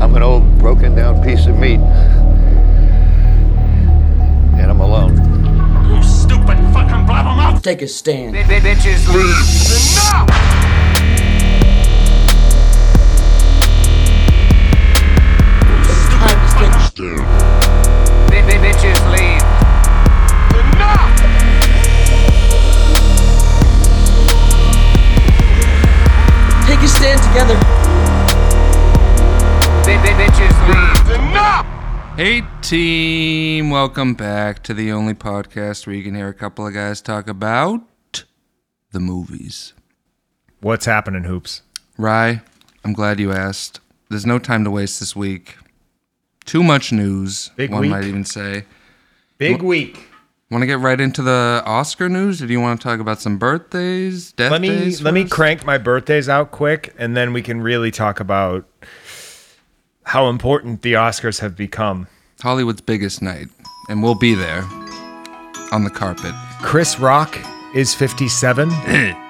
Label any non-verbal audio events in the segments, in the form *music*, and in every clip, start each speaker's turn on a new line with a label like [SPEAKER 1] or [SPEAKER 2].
[SPEAKER 1] I'm an old broken down piece of meat. And I'm alone.
[SPEAKER 2] You stupid fucking blabbermouth!
[SPEAKER 3] Take a stand.
[SPEAKER 2] Enough! Enough!
[SPEAKER 3] Take a stand together.
[SPEAKER 2] Enough!
[SPEAKER 4] Hey, team. Welcome back to the only podcast where you can hear a couple of guys talk about the movies.
[SPEAKER 5] What's happening, hoops?
[SPEAKER 4] Rye, I'm glad you asked. There's no time to waste this week. Too much news,
[SPEAKER 5] Big
[SPEAKER 4] one
[SPEAKER 5] week.
[SPEAKER 4] might even say.
[SPEAKER 5] Big week.
[SPEAKER 4] Want to get right into the Oscar news, or do you want to talk about some birthdays, death
[SPEAKER 5] Let me
[SPEAKER 4] days
[SPEAKER 5] let me
[SPEAKER 4] first?
[SPEAKER 5] crank my birthdays out quick, and then we can really talk about how important the Oscars have become.
[SPEAKER 4] Hollywood's biggest night, and we'll be there on the carpet.
[SPEAKER 5] Chris Rock is 57.
[SPEAKER 4] *clears throat*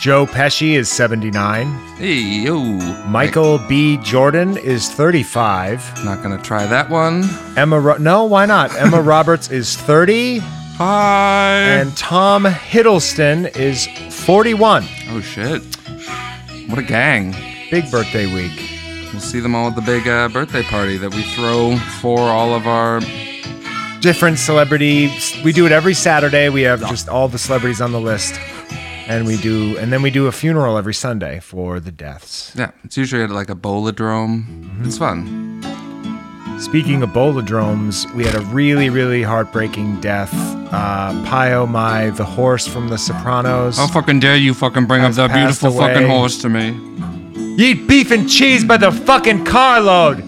[SPEAKER 5] Joe Pesci is 79.
[SPEAKER 4] Hey, yo.
[SPEAKER 5] Michael B. Jordan is 35.
[SPEAKER 4] Not gonna try that one.
[SPEAKER 5] Emma Ro- No,
[SPEAKER 4] *laughs*
[SPEAKER 5] why not? Emma Roberts is 30
[SPEAKER 4] Hi.
[SPEAKER 5] and Tom Hiddleston is 41.
[SPEAKER 4] oh shit. What a gang.
[SPEAKER 5] Big birthday week.
[SPEAKER 4] We'll see them all at the big uh, birthday party that we throw for all of our.
[SPEAKER 5] Different celebrity. We do it every Saturday. We have just all the celebrities on the list. And we do and then we do a funeral every Sunday for the deaths.
[SPEAKER 4] Yeah, it's usually at like a bolodrome. It's fun.
[SPEAKER 5] Speaking of bolodromes, we had a really, really heartbreaking death. Uh, Pio Mai, the horse from The Sopranos.
[SPEAKER 4] How fucking dare you fucking bring
[SPEAKER 5] Has
[SPEAKER 4] up that
[SPEAKER 5] passed
[SPEAKER 4] beautiful fucking
[SPEAKER 5] away.
[SPEAKER 4] horse to me?
[SPEAKER 5] You eat beef and cheese by the fucking carload.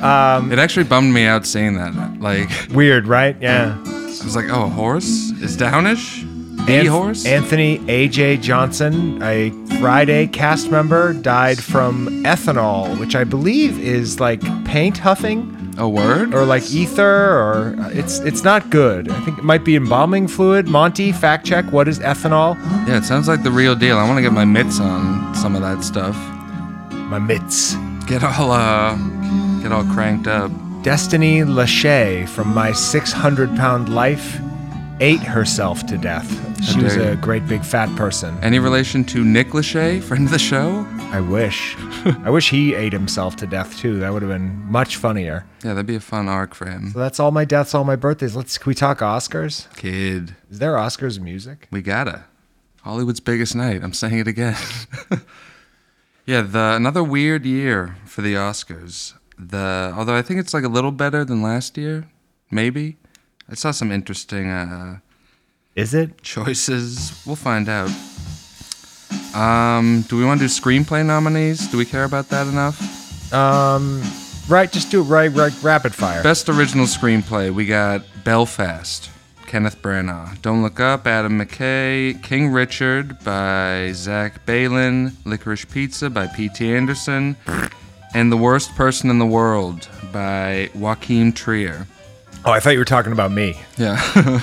[SPEAKER 5] Um,
[SPEAKER 4] It actually bummed me out seeing that. Like,
[SPEAKER 5] Weird, right? Yeah.
[SPEAKER 4] I was like, oh, a horse is downish. The
[SPEAKER 5] Anth-
[SPEAKER 4] horse.
[SPEAKER 5] Anthony A.J. Johnson, a Friday cast member, died from ethanol, which I believe is like paint huffing
[SPEAKER 4] a word.
[SPEAKER 5] or like ether, or uh, it's it's not good. I think it might be embalming fluid. Monty, fact check. What is ethanol?
[SPEAKER 4] yeah, it sounds like the real deal. I want to get my mitts on some of that stuff.
[SPEAKER 5] My mitts.
[SPEAKER 4] Get all uh, get all cranked up.
[SPEAKER 5] Destiny Lachey from My 600 Pound Life ate herself to death. She was
[SPEAKER 4] dare
[SPEAKER 5] a
[SPEAKER 4] you.
[SPEAKER 5] great big fat person.
[SPEAKER 4] Any relation to Nick Lachey, friend of the show?
[SPEAKER 5] I *laughs* wish. I wish he ate himself to death too. That would have been much funnier.
[SPEAKER 4] Yeah, that'd be a fun arc for him.
[SPEAKER 5] So that's all my deaths, all my birthdays. Let's can we talk Oscars?
[SPEAKER 4] Kid,
[SPEAKER 5] Is there Oscars music?
[SPEAKER 4] we gotta. Hollywood's biggest night. I'm saying it again. *laughs* yeah, the another weird year for the Oscars. The although I think it's like a little better than last year, maybe. I saw some interesting uh,
[SPEAKER 5] Is it?
[SPEAKER 4] choices. We'll find out. Um, do we want to do screenplay nominees? Do we care about that enough?
[SPEAKER 5] Um right, just do it right, right rapid fire.
[SPEAKER 4] Best original screenplay. We got Belfast, Kenneth Branagh. Don't Look Up, Adam McKay. King Richard by Zach Balin. Licorice Pizza by P.T. Anderson. And The Worst Person in the World by Joaquin Trier.
[SPEAKER 5] Oh, I thought you were talking about me.
[SPEAKER 4] Yeah. *laughs*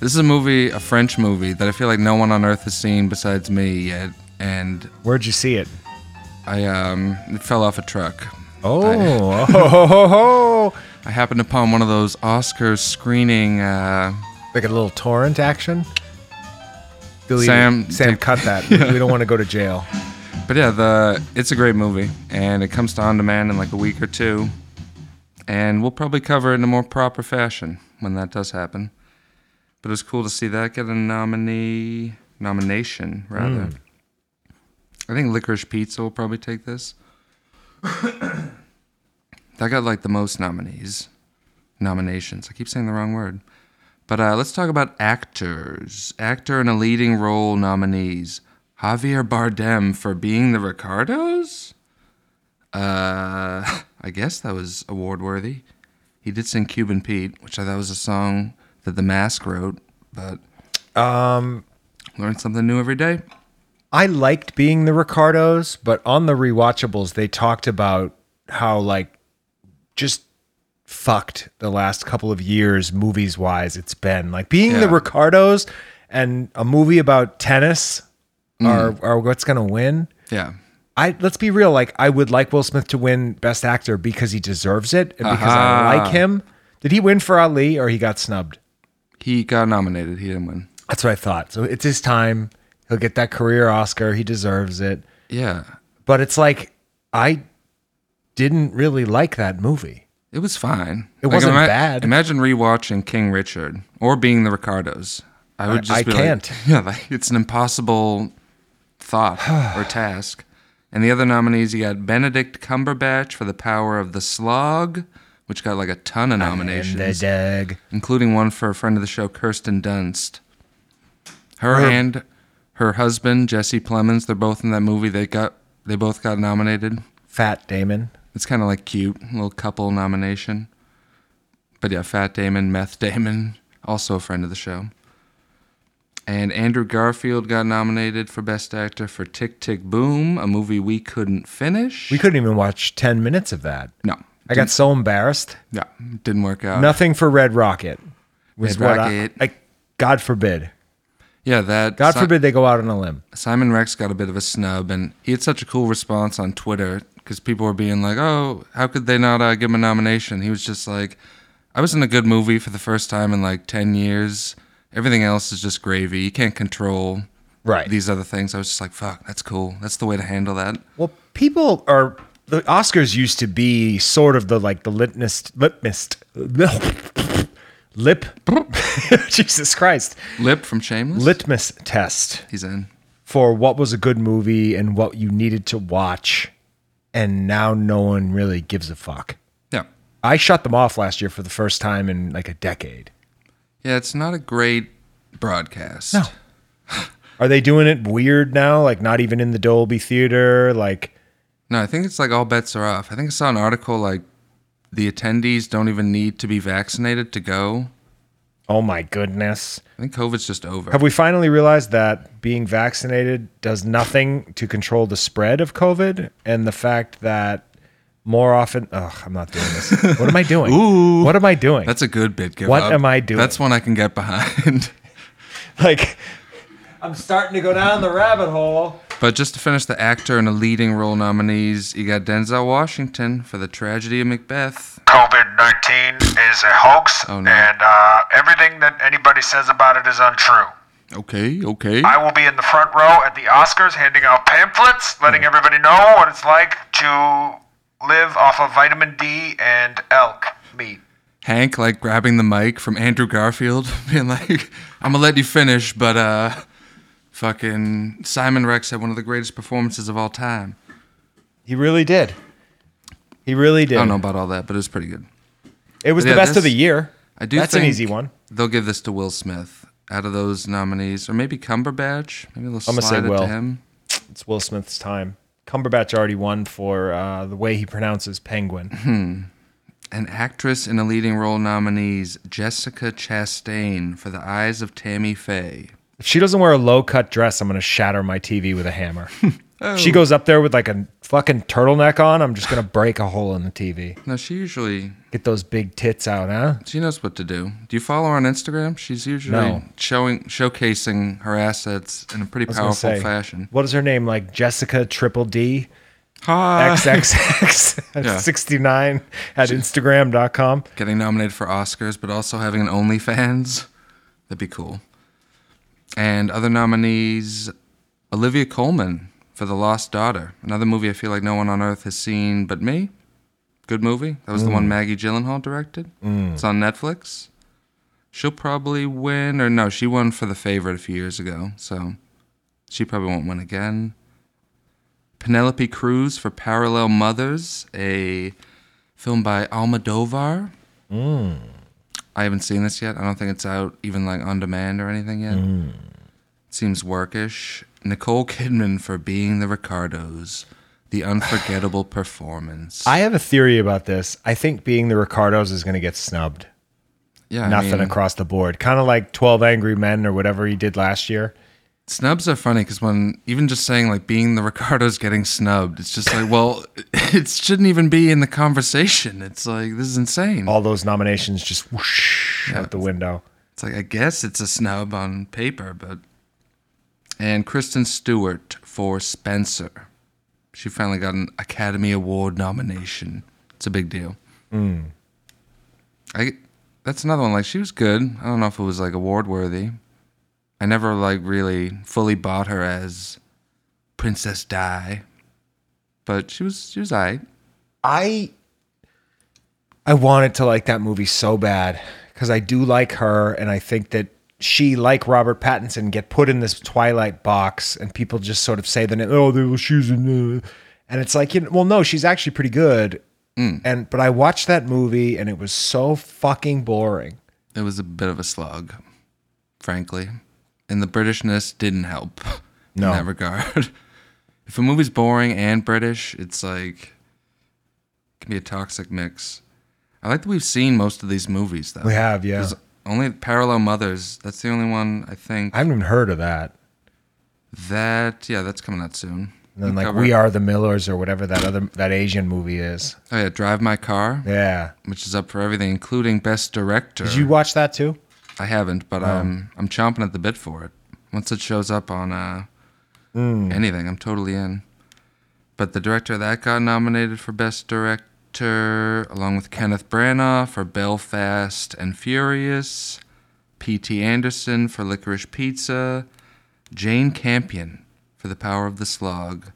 [SPEAKER 4] this is a movie, a French movie, that I feel like no one on earth has seen besides me yet. And
[SPEAKER 5] Where'd you see it?
[SPEAKER 4] I um, it fell off a truck.
[SPEAKER 5] Oh, ho, ho, ho, ho.
[SPEAKER 4] I happened upon one of those Oscars screening. Uh,
[SPEAKER 5] *laughs* Like a little torrent action. Delete it.
[SPEAKER 4] Sam,
[SPEAKER 5] Sam,
[SPEAKER 4] take-
[SPEAKER 5] cut
[SPEAKER 4] *laughs*
[SPEAKER 5] that. We don't want to go to jail.
[SPEAKER 4] But yeah, the it's a great movie, and it comes to on demand in like a week or two, and we'll probably cover it in a more proper fashion when that does happen. But it was cool to see that get a nominee nomination rather. I think Licorice Pizza will probably take this. *coughs* that got like the most nominees, nominations. I keep saying the wrong word. But uh, let's talk about actors. Actor in a leading role nominees Javier Bardem for being the Ricardos? Uh, *laughs* I guess that was award worthy. He did sing Cuban Pete, which I thought was a song that The Mask wrote, but. Um. Learn something new every day.
[SPEAKER 5] I liked being the Ricardos, but on the rewatchables, they talked about how like just fucked the last couple of years movies wise it's been. Like being the
[SPEAKER 4] Yeah.
[SPEAKER 5] Ricardos
[SPEAKER 4] Mm.
[SPEAKER 5] and a movie about tennis are are what's gonna win.
[SPEAKER 4] Yeah.
[SPEAKER 5] I let's be real. Like I would like Will Smith to win Best Actor because he deserves it and because I
[SPEAKER 4] Aha.
[SPEAKER 5] like him. Did he win for Ali or he got snubbed?
[SPEAKER 4] He got nominated. He didn't win.
[SPEAKER 5] That's what I thought. So it's his time. He'll get that career Oscar. He deserves it.
[SPEAKER 4] Yeah,
[SPEAKER 5] But it's like I didn't really like that movie.
[SPEAKER 4] it was fine.
[SPEAKER 5] It wasn't bad.
[SPEAKER 4] Imagine rewatching King Richard or being the Ricardos. I would
[SPEAKER 5] I-
[SPEAKER 4] just
[SPEAKER 5] I
[SPEAKER 4] be
[SPEAKER 5] can't.
[SPEAKER 4] Like, *laughs* yeah, like it's an impossible
[SPEAKER 5] *sighs*
[SPEAKER 4] thought or task. And the other nominees, you got Benedict Cumberbatch for The Power of the Slog, which got like a ton of nominations.
[SPEAKER 5] And the dog.
[SPEAKER 4] including one for a friend of the show, Kirsten Dunst. Her
[SPEAKER 5] Her-
[SPEAKER 4] and her husband, Jesse Plemons, they're both in that movie. They got they both got nominated.
[SPEAKER 5] Fat Damon.
[SPEAKER 4] It's kind of like cute, little couple nomination. But yeah, Fat Damon, Meth Damon, also a friend of the show. And Andrew Garfield got nominated for Best Actor for Tick Tick Boom, a movie we couldn't finish.
[SPEAKER 5] We couldn't even watch ten minutes of that.
[SPEAKER 4] no,
[SPEAKER 5] I got so embarrassed.
[SPEAKER 4] yeah, didn't work out.
[SPEAKER 5] Nothing for Red Rocket. Was
[SPEAKER 4] Red
[SPEAKER 5] what I-
[SPEAKER 4] Rocket.
[SPEAKER 5] I, God forbid.
[SPEAKER 4] Yeah, that
[SPEAKER 5] God
[SPEAKER 4] si-
[SPEAKER 5] forbid they go out on a limb.
[SPEAKER 4] Simon Rex got a bit of a snub, and he had such a cool response on Twitter because people were being like, "Oh, how could they not uh, give him a nomination?" He was just like, "I was in a good movie for the first time in like ten years. Everything else is just gravy. You can't control
[SPEAKER 5] Right.
[SPEAKER 4] these other things." I was just like, "Fuck, that's cool. That's the way to handle that."
[SPEAKER 5] Well, people are the Oscars used to be sort of the like the litmus litmus *laughs* lip *laughs* Jesus Christ
[SPEAKER 4] Lip from Shameless.
[SPEAKER 5] litmus test
[SPEAKER 4] He's in.
[SPEAKER 5] for what was a good movie and what you needed to watch, and now no one really gives a fuck.
[SPEAKER 4] Yeah,
[SPEAKER 5] I shut them off last year for the first time in like a decade.
[SPEAKER 4] yeah. It's not a great broadcast.
[SPEAKER 5] No. Are they doing it weird now? Like not even in the Dolby theater? Like
[SPEAKER 4] No, I think it's like all bets are off. I think I saw an article like the attendees don't even need to be vaccinated to go.
[SPEAKER 5] oh my goodness.
[SPEAKER 4] I think COVID's just over.
[SPEAKER 5] Have we finally realized that being vaccinated does nothing to control the spread of COVID and the fact that more often, ugh, I'm not doing this. What am I
[SPEAKER 4] *laughs*
[SPEAKER 5] doing?
[SPEAKER 4] Ooh.
[SPEAKER 5] What am I doing?
[SPEAKER 4] That's a good bit. Give
[SPEAKER 5] What
[SPEAKER 4] up.
[SPEAKER 5] am I doing?
[SPEAKER 4] That's one I can get behind. *laughs*
[SPEAKER 5] *laughs* like, I'm starting to go down the rabbit hole.
[SPEAKER 4] but just to finish the actor and a leading role nominees, you got Denzel Washington for the tragedy of Macbeth.
[SPEAKER 6] COVID 19 is a hoax,
[SPEAKER 4] Oh, no.
[SPEAKER 6] and uh, everything that anybody says about it is untrue.
[SPEAKER 4] Okay, okay.
[SPEAKER 6] I will be in the front row at the Oscars handing out pamphlets,
[SPEAKER 4] Hmm.
[SPEAKER 6] letting everybody know what it's like to live off of vitamin D and elk meat.
[SPEAKER 4] Hank like grabbing the mic from Andrew Garfield, *laughs* being like, "I'm gonna let you finish," but uh, fucking Simon Rex had one of the greatest performances of all time.
[SPEAKER 5] He really did. He really did.
[SPEAKER 4] I don't know about all that, but it was pretty good.
[SPEAKER 5] It was
[SPEAKER 4] Yeah,
[SPEAKER 5] the best of
[SPEAKER 4] this-
[SPEAKER 5] the year.
[SPEAKER 4] I do.
[SPEAKER 5] That's an
[SPEAKER 4] think
[SPEAKER 5] easy one.
[SPEAKER 4] They'll give this to Will Smith out of those nominees, or maybe Cumberbatch. Maybe they'll
[SPEAKER 5] I'm
[SPEAKER 4] slide
[SPEAKER 5] gonna say
[SPEAKER 4] it to
[SPEAKER 5] Will.
[SPEAKER 4] him.
[SPEAKER 5] It's Will Smith's time. Cumberbatch already won for uh, the way he pronounces
[SPEAKER 4] *laughs*
[SPEAKER 5] penguin.
[SPEAKER 4] An actress in a leading role nominees Jessica Chastain for The Eyes of Tammy Faye.
[SPEAKER 5] if she doesn't wear a low cut dress, I'm going to shatter my TV with a
[SPEAKER 4] *laughs*
[SPEAKER 5] hammer.
[SPEAKER 4] Oh.
[SPEAKER 5] If She goes up there with like a fucking turtleneck on. I'm just going to break a hole in the TV.
[SPEAKER 4] Now she usually
[SPEAKER 5] Get those big tits out, huh?
[SPEAKER 4] she knows what to do. Do you follow her on Instagram? She's usually
[SPEAKER 5] No.
[SPEAKER 4] showing showcasing her assets in a pretty
[SPEAKER 5] I was
[SPEAKER 4] powerful
[SPEAKER 5] gonna say,
[SPEAKER 4] fashion.
[SPEAKER 5] What is her name? Like Jessica Triple D
[SPEAKER 4] Hi. Uh, *laughs* Yeah.
[SPEAKER 5] XXX 69 at Instagram.com.
[SPEAKER 4] Getting nominated for Oscars, but also having an OnlyFans. That'd be cool. And other nominees Olivia Colman for The Lost Daughter, another movie I feel like no one on earth has seen but me. Good movie. That was the one Maggie Gyllenhaal directed. It's on Netflix. She'll probably win, or no, she won for The Favorite a few years ago, so she probably won't win again. Penelope Cruz for Parallel Mothers, a film by Almodovar. I haven't seen this yet. I don't think it's out even like on demand or anything yet. Seems workish. Nicole Kidman for being the Ricardos, the unforgettable performance.
[SPEAKER 5] I have a theory about this. I think being the Ricardos is going to get snubbed.
[SPEAKER 4] yeah, I
[SPEAKER 5] Nothing
[SPEAKER 4] mean,
[SPEAKER 5] across the board. Kind of like 12 Angry Men or whatever he did last year.
[SPEAKER 4] snubs are funny because when even just saying like being the Ricardos getting snubbed, it's just like well, *laughs* it shouldn't even be in the conversation. It's like this is insane.
[SPEAKER 5] All those nominations just whoosh out the window.
[SPEAKER 4] It's like I guess it's a snub on paper, but and Kristen Stewart for Spencer. She finally got an Academy Award nomination. It's a big deal. I that's another one. Like she was good. I don't know if it was like award worthy. I never like really fully bought her as Princess Di, but she was she was alright.
[SPEAKER 5] I I wanted to like that movie so bad because I do like her, and I think that she, like Robert Pattinson, get put in this Twilight box, and people just sort of say the name, oh, they were she's in, uh," and it's like, you know, well, no, she's actually pretty good. And but I watched that movie, and it was so fucking boring.
[SPEAKER 4] It was a bit of a slog, frankly, and the Britishness didn't help
[SPEAKER 5] No.
[SPEAKER 4] in that regard. *laughs* if a movie's boring and British, it's like it can be a toxic mix. I like that we've seen most of these movies though.
[SPEAKER 5] We have, yeah.
[SPEAKER 4] There's only Parallel Mothers. That's the only one I think.
[SPEAKER 5] I haven't even heard of that.
[SPEAKER 4] That yeah, that's coming out soon.
[SPEAKER 5] And then like We Are the Millers or whatever that other that Asian movie is.
[SPEAKER 4] Oh yeah, Drive My Car,
[SPEAKER 5] Yeah.
[SPEAKER 4] which is up for everything, including Best Director.
[SPEAKER 5] Did you watch that too?
[SPEAKER 4] I haven't, but I'm I'm chomping at the bit for it. Once it shows up on uh, anything, I'm totally in. But the director that got nominated for Best Director, along with Kenneth Branagh for Belfast and Furious, P.T. Anderson for Licorice Pizza, Jane Campion for The Power of the Slog,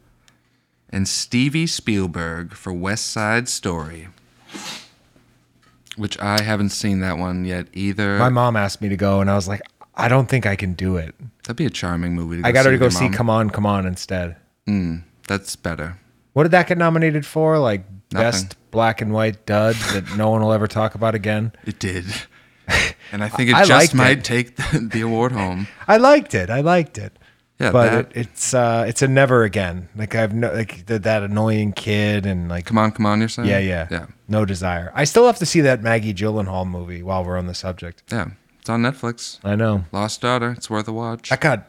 [SPEAKER 4] and Stevie Spielberg for West Side Story. Which I haven't seen that one yet either.
[SPEAKER 5] My mom asked me to go, and I was like, I don't think I can do it.
[SPEAKER 4] That'd be a charming movie. To go
[SPEAKER 5] I got
[SPEAKER 4] see
[SPEAKER 5] her to go
[SPEAKER 4] with your
[SPEAKER 5] see
[SPEAKER 4] mom.
[SPEAKER 5] Come On, Come On instead.
[SPEAKER 4] That's better.
[SPEAKER 5] What did that get nominated for? Like best
[SPEAKER 4] Nothing.
[SPEAKER 5] black and white dud that no one will ever talk about again.
[SPEAKER 4] It did.
[SPEAKER 5] *laughs*
[SPEAKER 4] And I think it
[SPEAKER 5] I liked
[SPEAKER 4] just might
[SPEAKER 5] it.
[SPEAKER 4] take the, the award home.
[SPEAKER 5] I liked it. I liked it.
[SPEAKER 4] Yeah,
[SPEAKER 5] but
[SPEAKER 4] that-
[SPEAKER 5] it, it's uh, it's a never again. Like I've no like th- that annoying kid and like
[SPEAKER 4] Come on, come on, you're saying?
[SPEAKER 5] yeah yeah
[SPEAKER 4] Yeah.
[SPEAKER 5] no desire. I still have to see that Maggie Gyllenhaal movie while we're on the subject.
[SPEAKER 4] Yeah. It's on Netflix.
[SPEAKER 5] I know
[SPEAKER 4] Lost Daughter. It's worth a watch.
[SPEAKER 5] that got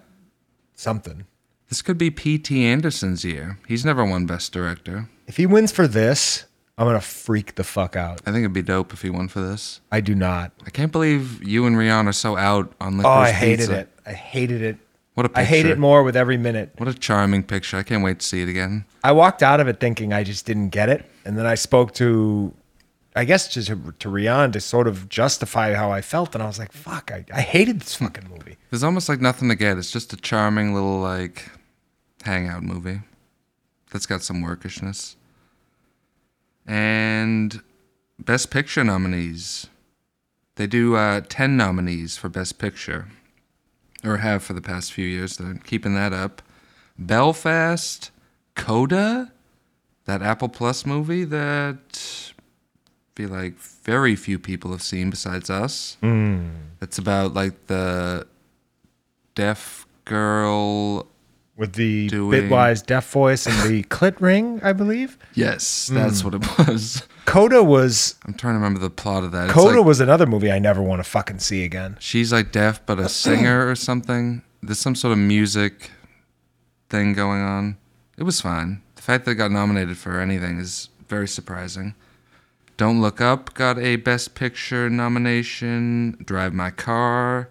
[SPEAKER 5] something.
[SPEAKER 4] This could be P.T. Anderson's year. He's never won Best Director.
[SPEAKER 5] If he wins for this, I'm gonna freak the fuck out.
[SPEAKER 4] I think it'd be dope if he won for this.
[SPEAKER 5] I do not.
[SPEAKER 4] I can't believe you and Rihanna are so out on
[SPEAKER 5] Oh,
[SPEAKER 4] Licorice
[SPEAKER 5] I hated
[SPEAKER 4] Pizza.
[SPEAKER 5] it. I hated it.
[SPEAKER 4] What a
[SPEAKER 5] I hate
[SPEAKER 4] picture.
[SPEAKER 5] it more with every minute.
[SPEAKER 4] What a charming picture. I can't wait to see it again.
[SPEAKER 5] I walked out of it thinking I just didn't get it, and then I spoke to, I guess just to Rian to sort of justify how I felt, and I was like, "Fuck, I, I hated this fucking movie."
[SPEAKER 4] There's almost like nothing to get. It's just a charming little like hangout movie that's got some workishness. And Best Picture nominees. They do uh, 10 nominees for Best Picture, or have for the past few years. They're keeping that up. Belfast, Coda, that Apple Plus movie that be like very few people have seen besides us. It's about like the deaf girl.
[SPEAKER 5] With the
[SPEAKER 4] Doing-
[SPEAKER 5] Bitwise deaf voice and the clit ring, I believe.
[SPEAKER 4] Yes, that's what it was.
[SPEAKER 5] Coda was
[SPEAKER 4] Hmm. *laughs* I'm trying to remember the plot of that. It's
[SPEAKER 5] Coda
[SPEAKER 4] like-
[SPEAKER 5] was another movie I never want to fucking see again.
[SPEAKER 4] she's like deaf but a singer or something. There's some sort of music thing going on. It was fine. The fact that it got nominated for anything is very surprising. Don't Look Up got a Best Picture nomination. Drive My Car.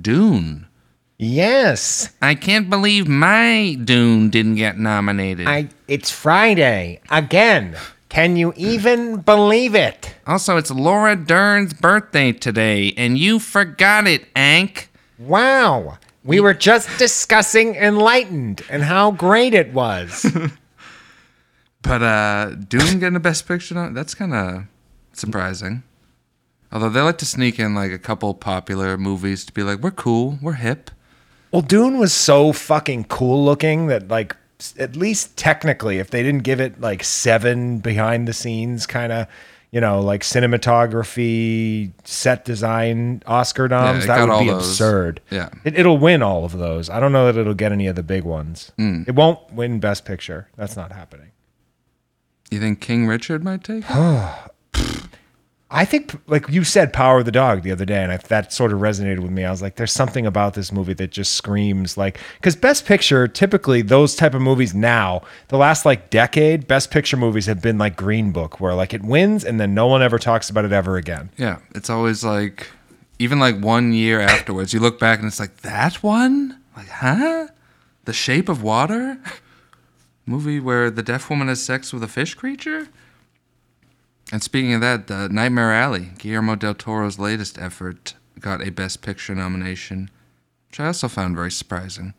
[SPEAKER 4] Dune.
[SPEAKER 5] Yes,
[SPEAKER 4] I can't believe my Dune didn't get nominated.
[SPEAKER 5] It's Friday again. Can you even believe it?
[SPEAKER 4] Also, it's Laura Dern's birthday today, and you forgot it, Ank.
[SPEAKER 5] Wow. We were just discussing Enlightened and how great it was.
[SPEAKER 4] But uh Dune getting a Best Picture, nom- that's kind of surprising. Although they like to sneak in like a couple popular movies to be like, we're cool, we're hip.
[SPEAKER 5] Well, Dune was so fucking cool looking that, like, s- at least technically, if they didn't give it like seven behind the scenes kind of, you know, like cinematography, set design Oscar noms,
[SPEAKER 4] it
[SPEAKER 5] that
[SPEAKER 4] got
[SPEAKER 5] would
[SPEAKER 4] all
[SPEAKER 5] be
[SPEAKER 4] those.
[SPEAKER 5] absurd.
[SPEAKER 4] Yeah.
[SPEAKER 5] It, it'll win all of those. I don't know that it'll get any of the big ones.
[SPEAKER 4] Mm.
[SPEAKER 5] It won't win Best Picture. That's not happening.
[SPEAKER 4] You think King Richard might take? it?
[SPEAKER 5] I think, like you said, Power of the Dog the other day, and I, that sort of resonated with me. I was like, there's something about this movie that just screams like, because Best Picture, typically those type of movies now, the last like decade, Best Picture movies have been like Green Book, where like it wins and then no one ever talks about it ever again.
[SPEAKER 4] Yeah, it's always like, even like one year afterwards, you look back and it's like that one, like huh, The Shape of Water. *laughs* movie where the deaf woman has sex with a fish creature? And speaking of that, uh, Nightmare Alley, Guillermo del Toro's latest effort, got a Best Picture nomination, which I also found very surprising.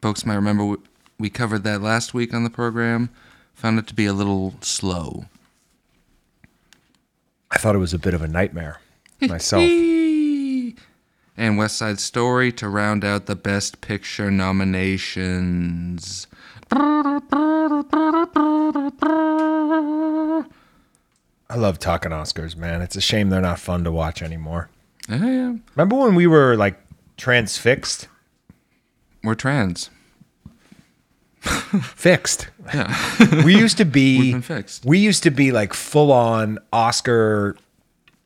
[SPEAKER 4] Folks might remember we- we covered that last week on the program, found it to be a little slow.
[SPEAKER 5] I thought it was a bit of a nightmare myself.
[SPEAKER 4] *laughs* and West Side Story to round out the Best Picture nominations.
[SPEAKER 5] I love talking Oscars, man. It's a shame they're not fun to watch anymore.
[SPEAKER 4] Yeah,
[SPEAKER 5] Remember when we were like transfixed?
[SPEAKER 4] we're trans.
[SPEAKER 5] Fixed. we used
[SPEAKER 4] *laughs*
[SPEAKER 5] to be
[SPEAKER 4] been fixed.
[SPEAKER 5] We used to be like full on Oscar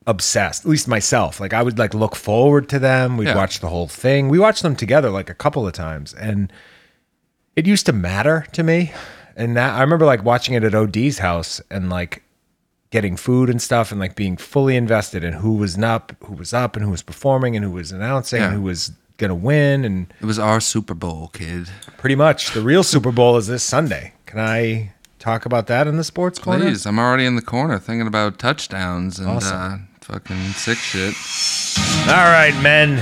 [SPEAKER 5] obsessed. At least myself. Like I would like look forward to them. We'd
[SPEAKER 4] Yeah.
[SPEAKER 5] watch the whole thing. We watched them together like a couple of times and it used to matter to me. And now I remember like watching it at OD's house and like getting food and stuff and like being fully invested in who was up, who was up and who was performing and who was announcing and
[SPEAKER 4] Yeah.
[SPEAKER 5] who was going to win and
[SPEAKER 4] It was our Super Bowl, kid.
[SPEAKER 5] pretty much the real Super Bowl is this Sunday. Can I talk about that in the sports corner?
[SPEAKER 4] Please, I'm already in the corner thinking about touchdowns and
[SPEAKER 5] Awesome.
[SPEAKER 4] uh, fucking sick shit.
[SPEAKER 5] All right, men.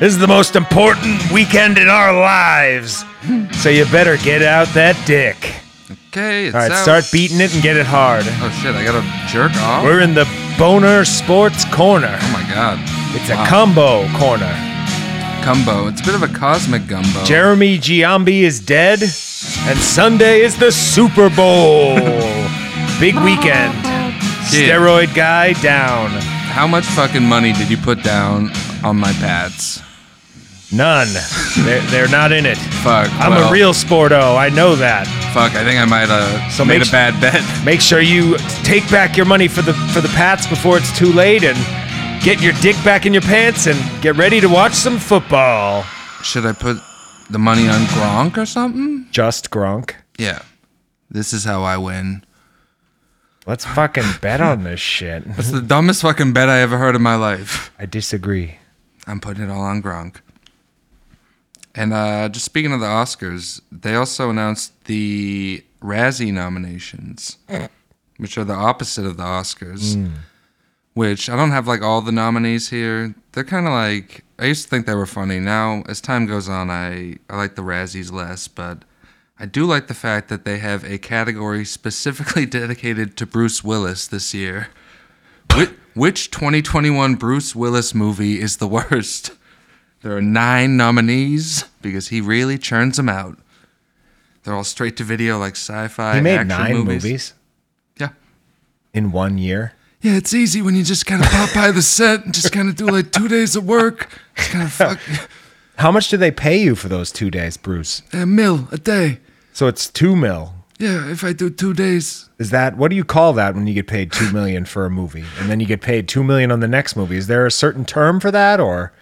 [SPEAKER 5] This is the most important weekend in our lives. So you better get out that dick.
[SPEAKER 4] Okay, it's
[SPEAKER 5] All right,
[SPEAKER 4] out.
[SPEAKER 5] start beating it and get it hard.
[SPEAKER 4] Oh shit, I gotta jerk off.
[SPEAKER 5] We're in the boner sports corner.
[SPEAKER 4] oh my god,
[SPEAKER 5] It's a
[SPEAKER 4] Wow.
[SPEAKER 5] combo corner.
[SPEAKER 4] gumbo. It's a bit of a cosmic gumbo.
[SPEAKER 5] Jeremy Giambi is dead, and Sunday is the Super
[SPEAKER 4] *laughs*
[SPEAKER 5] Bowl. Big weekend.
[SPEAKER 4] Kid,
[SPEAKER 5] Steroid guy down.
[SPEAKER 4] how much fucking money did you put down on my pads?
[SPEAKER 5] None. They're, they're not in it.
[SPEAKER 4] Fuck.
[SPEAKER 5] I'm
[SPEAKER 4] well,
[SPEAKER 5] a real sporto. I know that.
[SPEAKER 4] fuck. I think I might have
[SPEAKER 5] So
[SPEAKER 4] made
[SPEAKER 5] make-
[SPEAKER 4] a bad bet.
[SPEAKER 5] Make sure you take back your money for the for the Pats before it's too late, and get your dick back in your pants and get ready to watch some football.
[SPEAKER 4] Should I put the money on Gronk or something?
[SPEAKER 5] Just Gronk.
[SPEAKER 4] Yeah. This is how I win.
[SPEAKER 5] Let's fucking bet on this shit.
[SPEAKER 4] It's the dumbest fucking bet I ever heard in my life.
[SPEAKER 5] I disagree.
[SPEAKER 4] I'm putting it all on Gronk. And uh, just speaking of the Oscars, they also announced the Razzie nominations, which are the opposite of the Oscars.
[SPEAKER 5] Hmm.
[SPEAKER 4] Which I don't have like all the nominees here. They're kind of like I used to think they were funny. Now, as time goes on, I I like the Razzies less, but I do like the fact that they have a category specifically *laughs* dedicated to Bruce Willis this year. Which, which 2021 Bruce Willis movie is the worst? There are nine nominees because he really churns them out. They're all straight to video, like sci-fi.
[SPEAKER 5] He made
[SPEAKER 4] action
[SPEAKER 5] nine movies.
[SPEAKER 4] Yeah,
[SPEAKER 5] in one year.
[SPEAKER 4] yeah. It's easy when you just kind of pop by the set and just kind of do like two days of work. Just kind of fuck
[SPEAKER 5] How much do they pay you for those two days, Bruce?
[SPEAKER 4] a mil a day.
[SPEAKER 5] So it's two mil.
[SPEAKER 4] Yeah, if I do two days,
[SPEAKER 5] Is that what do you call that when you get paid two million for a movie, and then you get paid two million on the next movie? Is there a certain term for that, or?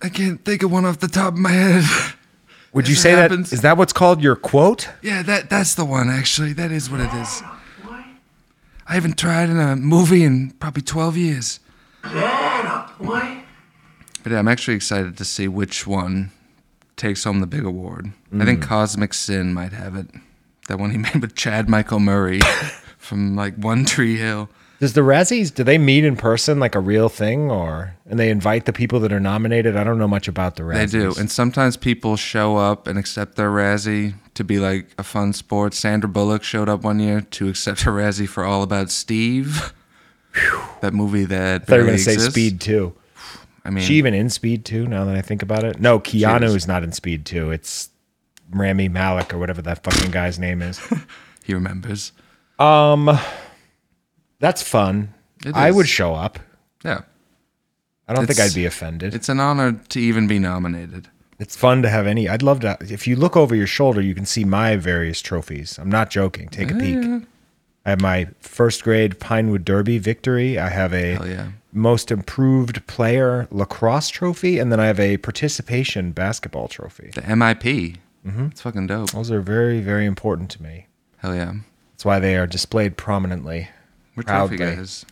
[SPEAKER 4] I can't think of one off the top of my head. *laughs*
[SPEAKER 5] Would you
[SPEAKER 4] It
[SPEAKER 5] say
[SPEAKER 4] happens.
[SPEAKER 5] that is that what's called your quote?
[SPEAKER 4] Yeah, that that's the one actually. That is what it is. I haven't tried in a movie in probably 12 years. But yeah, I'm actually excited to see which one takes home the big award. I think Cosmic Sin might have it. That one he *laughs* made with Chad Michael Murray from like One Tree Hill.
[SPEAKER 5] Does the Razzies do they meet in person like a real thing or and they invite the people that are nominated? I don't know much about the Razzies.
[SPEAKER 4] They do. And sometimes people show up and accept their Razzie to be like a fun sport. Sandra Bullock showed up one year to accept her Razzie for All About Steve. That movie that
[SPEAKER 5] I thought you were
[SPEAKER 4] barely
[SPEAKER 5] gonna say
[SPEAKER 4] exists.
[SPEAKER 5] Speed Two.
[SPEAKER 4] I mean,
[SPEAKER 5] Is she even in Speed Two? Now that I think about it, no, Keanu
[SPEAKER 4] is.
[SPEAKER 5] is not in Speed Two. It's Rami Malik or whatever that fucking guy's name is. *laughs* Um,
[SPEAKER 4] he remembers.
[SPEAKER 5] That's fun.
[SPEAKER 4] It
[SPEAKER 5] I would
[SPEAKER 4] is.
[SPEAKER 5] show up.
[SPEAKER 4] Yeah,
[SPEAKER 5] I don't think
[SPEAKER 4] It's-
[SPEAKER 5] I'd be offended. It's,
[SPEAKER 4] it's an honor to even be nominated.
[SPEAKER 5] fun to have any. I'd love to. If you look over your shoulder, you can see my various trophies. I'm not joking. Take a peek. I have my first grade Pinewood Derby victory. I have a
[SPEAKER 4] Hell yeah.
[SPEAKER 5] most improved player lacrosse trophy, and then I have a participation basketball trophy.
[SPEAKER 4] The MIP. Mm-hmm. It's fucking dope.
[SPEAKER 5] Those are very, very important to me.
[SPEAKER 4] Hell yeah.
[SPEAKER 5] That's why they are displayed prominently.
[SPEAKER 4] We're trophy
[SPEAKER 5] Proudly.
[SPEAKER 4] guys.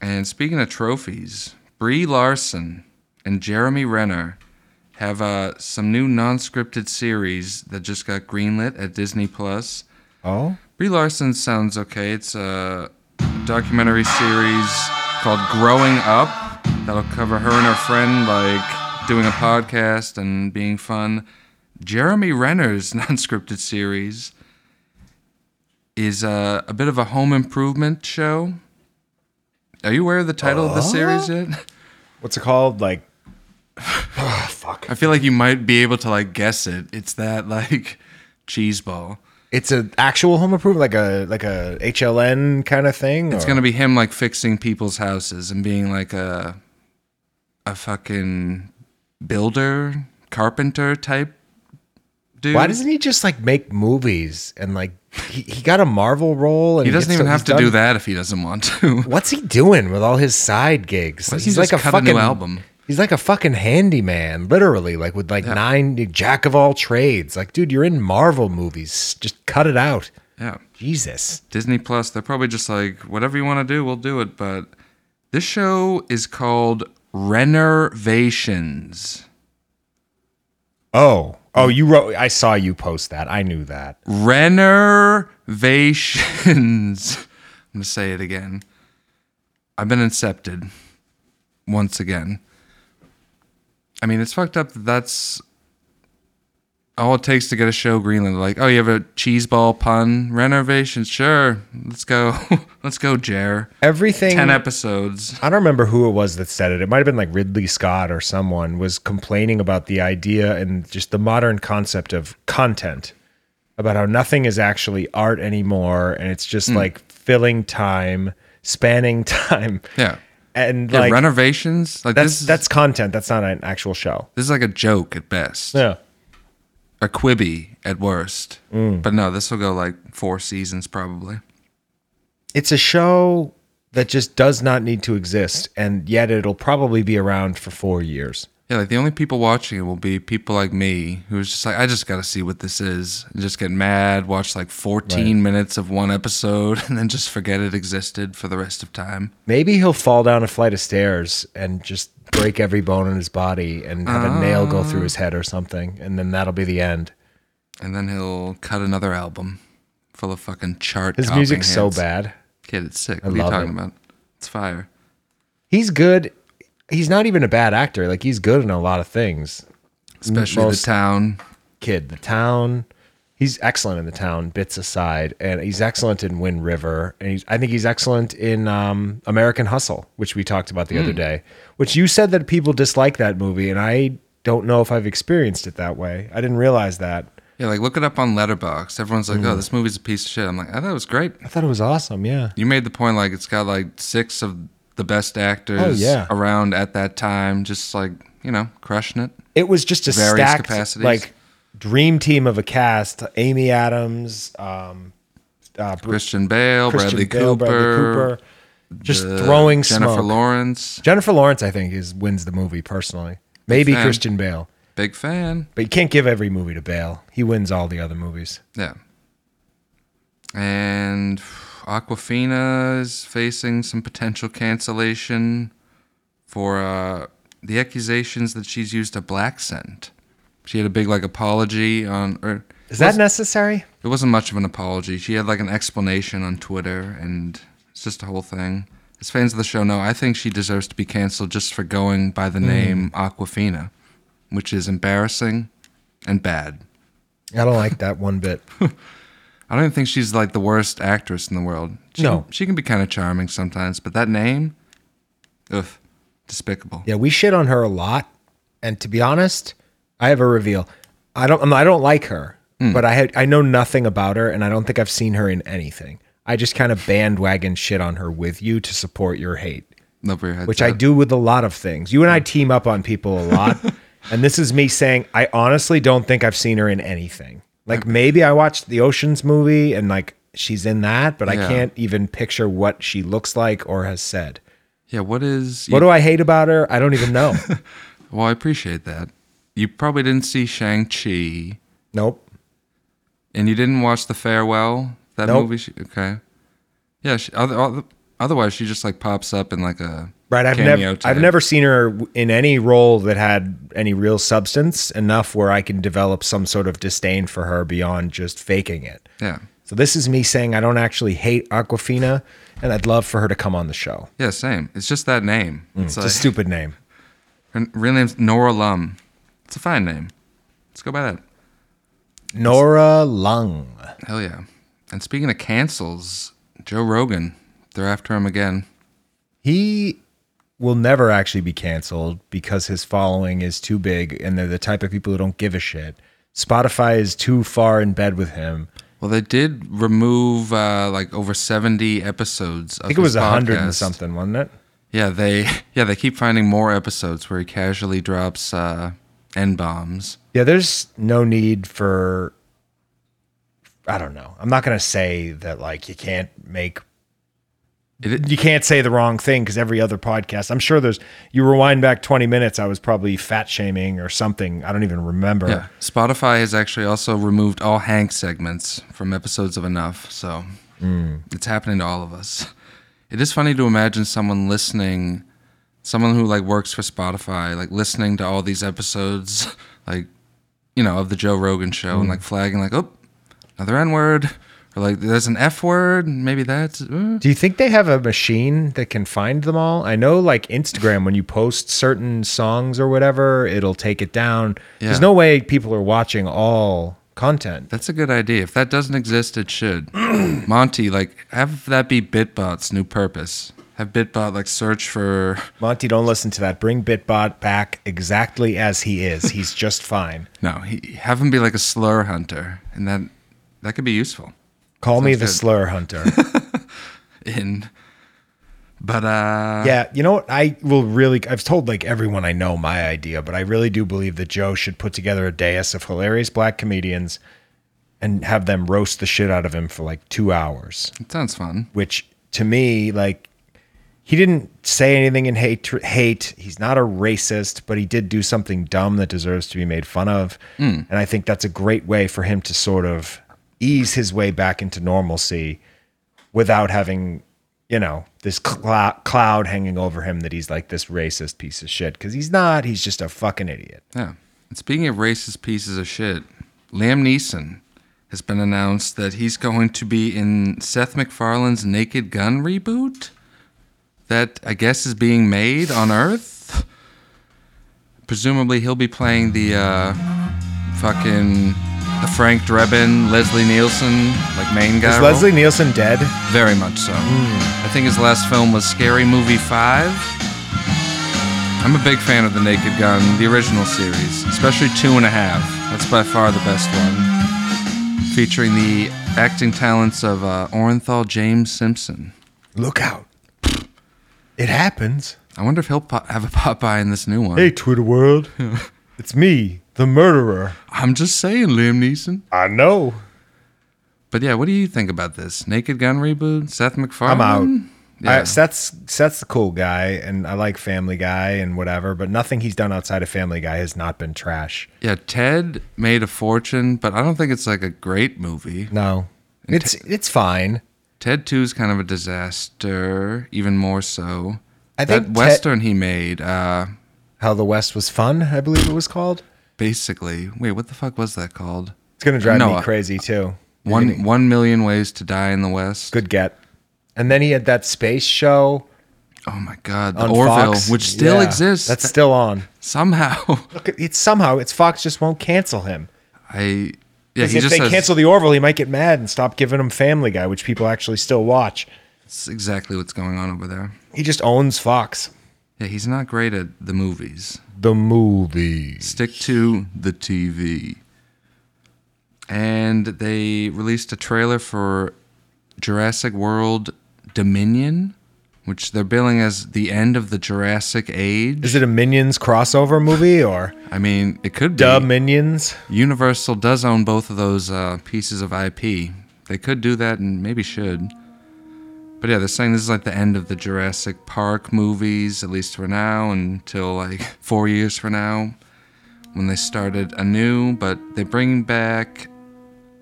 [SPEAKER 4] And speaking of trophies, Brie Larson and Jeremy Renner have uh, some new non-scripted series that just got greenlit at Disney Plus.
[SPEAKER 5] Oh,
[SPEAKER 4] Brie Larson sounds okay. It's a documentary series called Growing Up that'll cover her and her friend like doing a podcast and being fun. Jeremy Renner's *laughs* non-scripted series is uh, a bit of a home improvement show. Are you aware of the title of the series yet? *laughs*
[SPEAKER 5] what's it called? Like, oh, fuck.
[SPEAKER 4] I feel like you might be able to like guess it. It's that like cheese ball.
[SPEAKER 5] It's an actual home improvement, like a like a HLN kind of thing.
[SPEAKER 4] It's gonna be him like fixing people's houses and being like a a fucking builder, carpenter type dude.
[SPEAKER 5] Why doesn't he just like make movies and like he, he got a Marvel role and
[SPEAKER 4] he doesn't
[SPEAKER 5] gets
[SPEAKER 4] even
[SPEAKER 5] to-
[SPEAKER 4] have
[SPEAKER 5] he's
[SPEAKER 4] to do
[SPEAKER 5] done-
[SPEAKER 4] that if he doesn't want to. *laughs*
[SPEAKER 5] What's he doing with all his side gigs?
[SPEAKER 4] Why doesn't he just cut a new album?
[SPEAKER 5] He's like a fucking handyman, literally, like with like nine jack of all trades. Like, dude, you're in Marvel movies. Just cut it out.
[SPEAKER 4] yeah.
[SPEAKER 5] Jesus.
[SPEAKER 4] Disney Plus, they're probably just like, whatever you want to do, we'll do it. But this show is called Renovations.
[SPEAKER 5] Oh. Oh, you wrote I saw you post that. I knew that.
[SPEAKER 4] Renovations. *laughs* I'm going to say it again. I've been incepted once again. I mean, it's fucked up. that That's all it takes to get a show greenland. Like, oh, you have a cheeseball pun? Renovations? Sure. Let's go. *laughs* Let's go, Jer.
[SPEAKER 5] Everything
[SPEAKER 4] 10 episodes.
[SPEAKER 5] I don't remember who it was that said it. It might have been like Ridley Scott or someone was complaining about the idea and just the modern concept of content, about how nothing is actually art anymore and it's just like filling time, spanning *laughs* time.
[SPEAKER 4] Yeah.
[SPEAKER 5] And
[SPEAKER 4] Yeah,
[SPEAKER 5] like
[SPEAKER 4] renovations? Like,
[SPEAKER 5] that's
[SPEAKER 4] this, is,
[SPEAKER 5] that's content. That's not an actual show.
[SPEAKER 4] this is like a joke at best.
[SPEAKER 5] Yeah.
[SPEAKER 4] a quibby at worst.
[SPEAKER 5] Mm.
[SPEAKER 4] But no, this will go like four seasons probably.
[SPEAKER 5] It's a show that just does not need to exist and yet it'll probably be around for 4 years.
[SPEAKER 4] Yeah, like the only people watching it will be people like me who's just like, I just got to see what this is. And just get mad, watch like 14 minutes of one episode, *laughs* and then just forget it existed for the rest of time.
[SPEAKER 5] Maybe he'll fall down a flight of stairs and just break every bone in his body and have a nail go through his head or something, and then that'll be the end.
[SPEAKER 4] And then he'll cut another album full of fucking chart.
[SPEAKER 5] His
[SPEAKER 4] topping
[SPEAKER 5] music's so
[SPEAKER 4] hits.
[SPEAKER 5] bad.
[SPEAKER 4] Kid, it's sick.
[SPEAKER 5] I
[SPEAKER 4] what are you
[SPEAKER 5] love
[SPEAKER 4] talking
[SPEAKER 5] it.
[SPEAKER 4] about? It's fire.
[SPEAKER 5] He's good. He's not even a bad actor. Like he's good in a lot of things.
[SPEAKER 4] Especially
[SPEAKER 5] Most-
[SPEAKER 4] the town.
[SPEAKER 5] Kid, the town. He's excellent in the town, bits aside, and he's excellent in Wind River, and he's, I think he's excellent in um, American Hustle, which we talked about the other day. Which you said that people dislike that movie, and I don't know if I've experienced it that way. I didn't realize that.
[SPEAKER 4] Yeah, like look it up on Letterbox. Everyone's
[SPEAKER 5] Mm.
[SPEAKER 4] like, oh, this movie's a piece of shit. I'm like, I thought it was great.
[SPEAKER 5] I thought it was awesome. Yeah.
[SPEAKER 4] You made the point like it's got like six of the best actors
[SPEAKER 5] Oh, yeah.
[SPEAKER 4] around at that time, just like you know, crushing it.
[SPEAKER 5] It was just a
[SPEAKER 4] Various
[SPEAKER 5] stacked
[SPEAKER 4] capacities.
[SPEAKER 5] like dream team of a cast: Amy Adams, um, uh, Br-
[SPEAKER 4] Christian Bale,
[SPEAKER 5] Christian
[SPEAKER 4] Bradley,
[SPEAKER 5] Bale,
[SPEAKER 4] Cooper,
[SPEAKER 5] Bradley Cooper, just
[SPEAKER 4] uh,
[SPEAKER 5] throwing
[SPEAKER 4] Jennifer
[SPEAKER 5] smoke.
[SPEAKER 4] Lawrence,
[SPEAKER 5] Jennifer Lawrence, I think, is wins the movie personally. Maybe
[SPEAKER 4] fan.
[SPEAKER 5] Christian Bale,
[SPEAKER 4] big fan.
[SPEAKER 5] but you can't give every movie to Bale. He wins all the other movies.
[SPEAKER 4] Yeah, and Aquafina is facing some potential cancellation for uh, the accusations that she's used a black scent. She had a big like apology on or
[SPEAKER 5] Is that necessary?
[SPEAKER 4] it wasn't much of an apology. She had like an explanation on Twitter, and it's just a whole thing. As fans of the show know, I think she deserves to be canceled just for going by
[SPEAKER 5] Mm.
[SPEAKER 4] the name Aquafina, which is embarrassing and bad.
[SPEAKER 5] I don't like that one bit.
[SPEAKER 4] I don't even think she's like the worst actress in the world. She
[SPEAKER 5] No.
[SPEAKER 4] can, she can be kind of charming sometimes, but that name, ugh, despicable.
[SPEAKER 5] Yeah, we shit on her a lot, and to be honest, I have a reveal. I don't. I'm- I don't like her, but I had. I know nothing about her, and I don't think I've seen her in anything. I just kind of bandwagon shit on her with you to support your hate,
[SPEAKER 4] Over your head.
[SPEAKER 5] which I do with a lot of things. You and I team up on people a lot, and this is me saying I honestly don't think I've seen her in anything. Like maybe I watched the Ocean's movie and like she's in that, but I
[SPEAKER 4] Yeah.
[SPEAKER 5] can't even picture what she looks like or has said.
[SPEAKER 4] Yeah. What is?
[SPEAKER 5] What do I hate about her? I don't even know.
[SPEAKER 4] well, I appreciate that. You probably didn't see Shang Chi.
[SPEAKER 5] nope.
[SPEAKER 4] And you didn't watch The Farewell? That
[SPEAKER 5] Nope.
[SPEAKER 4] movie? She, okay. Yeah. She, other, other, otherwise, she just like pops up in like a
[SPEAKER 5] Right. I've
[SPEAKER 4] cameo
[SPEAKER 5] never
[SPEAKER 4] type.
[SPEAKER 5] I've never seen her w- in any role that had any real substance enough where I can develop some sort of disdain for her beyond just faking it.
[SPEAKER 4] Yeah.
[SPEAKER 5] So this is me saying I don't actually hate Aquafina, and I'd love for her to come on the show.
[SPEAKER 4] Yeah, same. It's just that name. it's
[SPEAKER 5] It's
[SPEAKER 4] like,
[SPEAKER 5] a stupid name.
[SPEAKER 4] her real name's Nora Lum. It's a fine name. Let's go by that.
[SPEAKER 5] Nora Lung.
[SPEAKER 4] Hell yeah. And speaking of cancels, Joe Rogan, they're after him again.
[SPEAKER 5] He will never actually be canceled because his following is too big, and they're the type of people who don't give a shit. Spotify is too far in bed with him.
[SPEAKER 4] Well, they did remove uh, like over 70 episodes. Of
[SPEAKER 5] I think it was a hundred and
[SPEAKER 4] podcast.
[SPEAKER 5] something, wasn't it?
[SPEAKER 4] Yeah, they *laughs* yeah they keep finding more episodes where he casually drops uh, n bombs.
[SPEAKER 5] Yeah, there's no need for. I don't know. I'm not gonna say that like you can't make.
[SPEAKER 4] It-
[SPEAKER 5] you can't say the wrong thing because every other podcast, I'm sure there's. You rewind back 20 minutes, I was probably fat shaming or something. I don't even remember.
[SPEAKER 4] Yeah, Spotify has actually also removed all Hank segments from episodes of Enough, so it's happening to all of us. It is funny to imagine someone listening, someone who like works for Spotify, like listening to all these episodes, *laughs* like you know, of the Joe Rogan show, and like flagging like, oh, another N word, or like there's an F word, maybe that's. uh."
[SPEAKER 5] Do you think they have a machine that can find them all? I know, like Instagram, when you post certain songs or whatever, it'll take it down.
[SPEAKER 4] Yeah.
[SPEAKER 5] There's no way people are watching all content.
[SPEAKER 4] That's a good idea. If that doesn't exist, it should. Monty, like, have that be Bitbot's new purpose. Have Bitbot like search for
[SPEAKER 5] Monty, don't listen to that. Bring Bitbot back exactly as he is. He's just fine.
[SPEAKER 4] no. He, have him be like a slur hunter, and that that could be useful.
[SPEAKER 5] Call me
[SPEAKER 4] Sounds
[SPEAKER 5] the
[SPEAKER 4] good. *laughs*
[SPEAKER 5] slur hunter.
[SPEAKER 4] In, but uh,
[SPEAKER 5] yeah, you know what? I will really. I've told like everyone I know my idea, but I really do believe that Joe should put together a dais of hilarious black comedians and have them roast the shit out of him for like two hours.
[SPEAKER 4] it sounds fun.
[SPEAKER 5] which to me like he didn't say anything in hate hate he's not a racist but he did do something dumb that deserves to be made fun of and i think that's a great way for him to sort of ease his way back into normalcy without having you know this clou- cloud hanging over him that he's like this racist piece of shit cuz he's not he's just a fucking idiot
[SPEAKER 4] Yeah. And speaking of racist pieces of shit, Liam Neeson has been announced that he's going to be in Seth MacFarlane's Naked Gun reboot that I guess is being made on Earth. Presumably he'll be playing the uh, fucking the Frank Drebin, Leslie Nielsen, like main guy.
[SPEAKER 5] is
[SPEAKER 4] role.
[SPEAKER 5] leslie nielsen dead
[SPEAKER 4] Very much so.
[SPEAKER 5] Hmm.
[SPEAKER 4] I think his last film was Scary Movie 5. I'm a big fan of The Naked Gun, the original series, especially two and a half. That's by far the best one. Featuring the acting talents of uh, Orenthal James Simpson.
[SPEAKER 5] look out it happens
[SPEAKER 4] I wonder if he'll po- have a *laughs* Popeye in this new one.
[SPEAKER 5] hey twitter world it's me the murderer
[SPEAKER 4] I'm just saying, Liam Neeson.
[SPEAKER 5] I know.
[SPEAKER 4] But yeah, what do you think about this? Naked Gun reboot? Seth MacFarlane?
[SPEAKER 5] I'm out.
[SPEAKER 4] Yeah.
[SPEAKER 5] I, Seth's Seth's the cool guy, and I like Family Guy and whatever. But nothing he's done outside of Family Guy has not been trash.
[SPEAKER 4] yeah, Ted made a fortune, but I don't think it's like a great movie.
[SPEAKER 5] No, it's it's fine.
[SPEAKER 4] Ted 2 is kind of a disaster, even more so.
[SPEAKER 5] I
[SPEAKER 4] that
[SPEAKER 5] think Ted-
[SPEAKER 4] Western he made, uh,
[SPEAKER 5] How the West was fun, I believe it was called.
[SPEAKER 4] basically. Wait, what the fuck was that called?
[SPEAKER 5] It's gonna drive
[SPEAKER 4] Noah.
[SPEAKER 5] me crazy too. You're
[SPEAKER 4] One
[SPEAKER 5] gonna-
[SPEAKER 4] One Million Ways to Die in the West.
[SPEAKER 5] good get. And then he had that space show
[SPEAKER 4] Oh my God. The
[SPEAKER 5] on
[SPEAKER 4] Orville,
[SPEAKER 5] Fox.
[SPEAKER 4] which still
[SPEAKER 5] Yeah,
[SPEAKER 4] exists.
[SPEAKER 5] That's
[SPEAKER 4] That-
[SPEAKER 5] still on.
[SPEAKER 4] *laughs* somehow. *laughs*
[SPEAKER 5] Look, it's somehow it's Fox just won't cancel him.
[SPEAKER 4] I. Yeah, he
[SPEAKER 5] if
[SPEAKER 4] just
[SPEAKER 5] they
[SPEAKER 4] has,
[SPEAKER 5] cancel the Orville, he might get mad and stop giving him Family Guy, which people actually still watch.
[SPEAKER 4] That's exactly what's going on over there.
[SPEAKER 5] He just owns Fox.
[SPEAKER 4] Yeah, he's not great at the movies.
[SPEAKER 5] The movie.
[SPEAKER 4] Stick to the TV. And they released a trailer for Jurassic World Dominion, which they're billing as the end of the Jurassic Age.
[SPEAKER 5] Is it a Minions crossover movie or
[SPEAKER 4] I mean, it could be.
[SPEAKER 5] Duh Minions?
[SPEAKER 4] Universal does own both of those uh, pieces of IP. They could do that and maybe should. But yeah, they're saying this is like the end of the Jurassic Park movies, at least for now, until like *laughs* four years from now when they started anew. But they bring back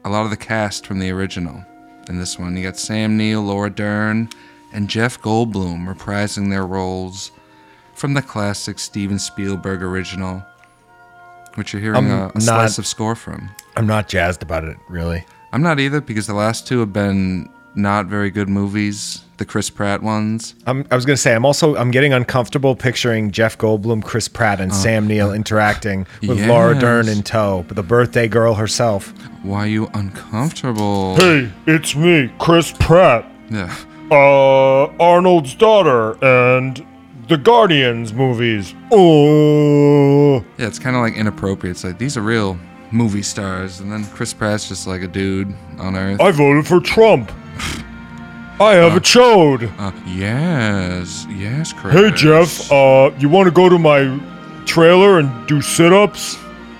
[SPEAKER 4] a lot of the cast from the original in this one. You got Sam Neill, Laura Dern, and Jeff Goldblum reprising their roles from the classic Steven Spielberg original, which you're hearing
[SPEAKER 5] I'm
[SPEAKER 4] a, a
[SPEAKER 5] not-
[SPEAKER 4] slice of score from.
[SPEAKER 5] I'm not jazzed about it, really.
[SPEAKER 4] I'm not either because the last two have been not very good movies, the Chris Pratt ones.
[SPEAKER 5] I'm, I was gonna say I'm also I'm getting uncomfortable picturing Jeff Goldblum, Chris Pratt, and Sam Neill interacting with Laura Dern
[SPEAKER 4] Yes.
[SPEAKER 5] in tow, but the birthday girl herself.
[SPEAKER 4] Why are you uncomfortable?
[SPEAKER 7] Hey, it's me, Chris Pratt,
[SPEAKER 4] Yeah.
[SPEAKER 7] uh, Arnold's daughter, and the Guardians movies. Oh,
[SPEAKER 4] Yeah, it's kind of like inappropriate. It's like these are real movie stars, and then Chris Pratt's just like a dude on Earth.
[SPEAKER 7] I voted for Trump. I have a chode.
[SPEAKER 4] Uh, yes, yes, Chris.
[SPEAKER 7] Hey, Jeff, uh, you want to go to my trailer and do sit ups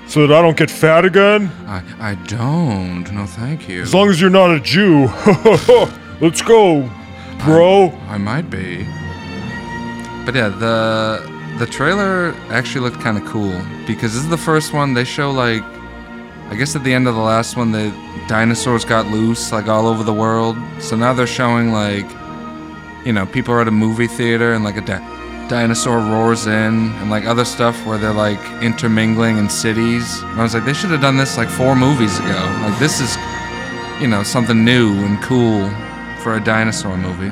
[SPEAKER 7] so that I don't get fat again?
[SPEAKER 4] I, I don't. No, thank you.
[SPEAKER 7] As long as you're not a Jew. *laughs* Let's go, bro.
[SPEAKER 4] I might be. But yeah, the the trailer actually looked kind of cool because this is the first one they show like I guess at the end of the last one the dinosaurs got loose like all over the world. So now they're showing like you know, people are at a movie theater and like a di- dinosaur roars in and like other stuff where they're like intermingling in cities. And I was like they should have done this like 4 movies ago. Like this is you know, something new and cool for a dinosaur movie.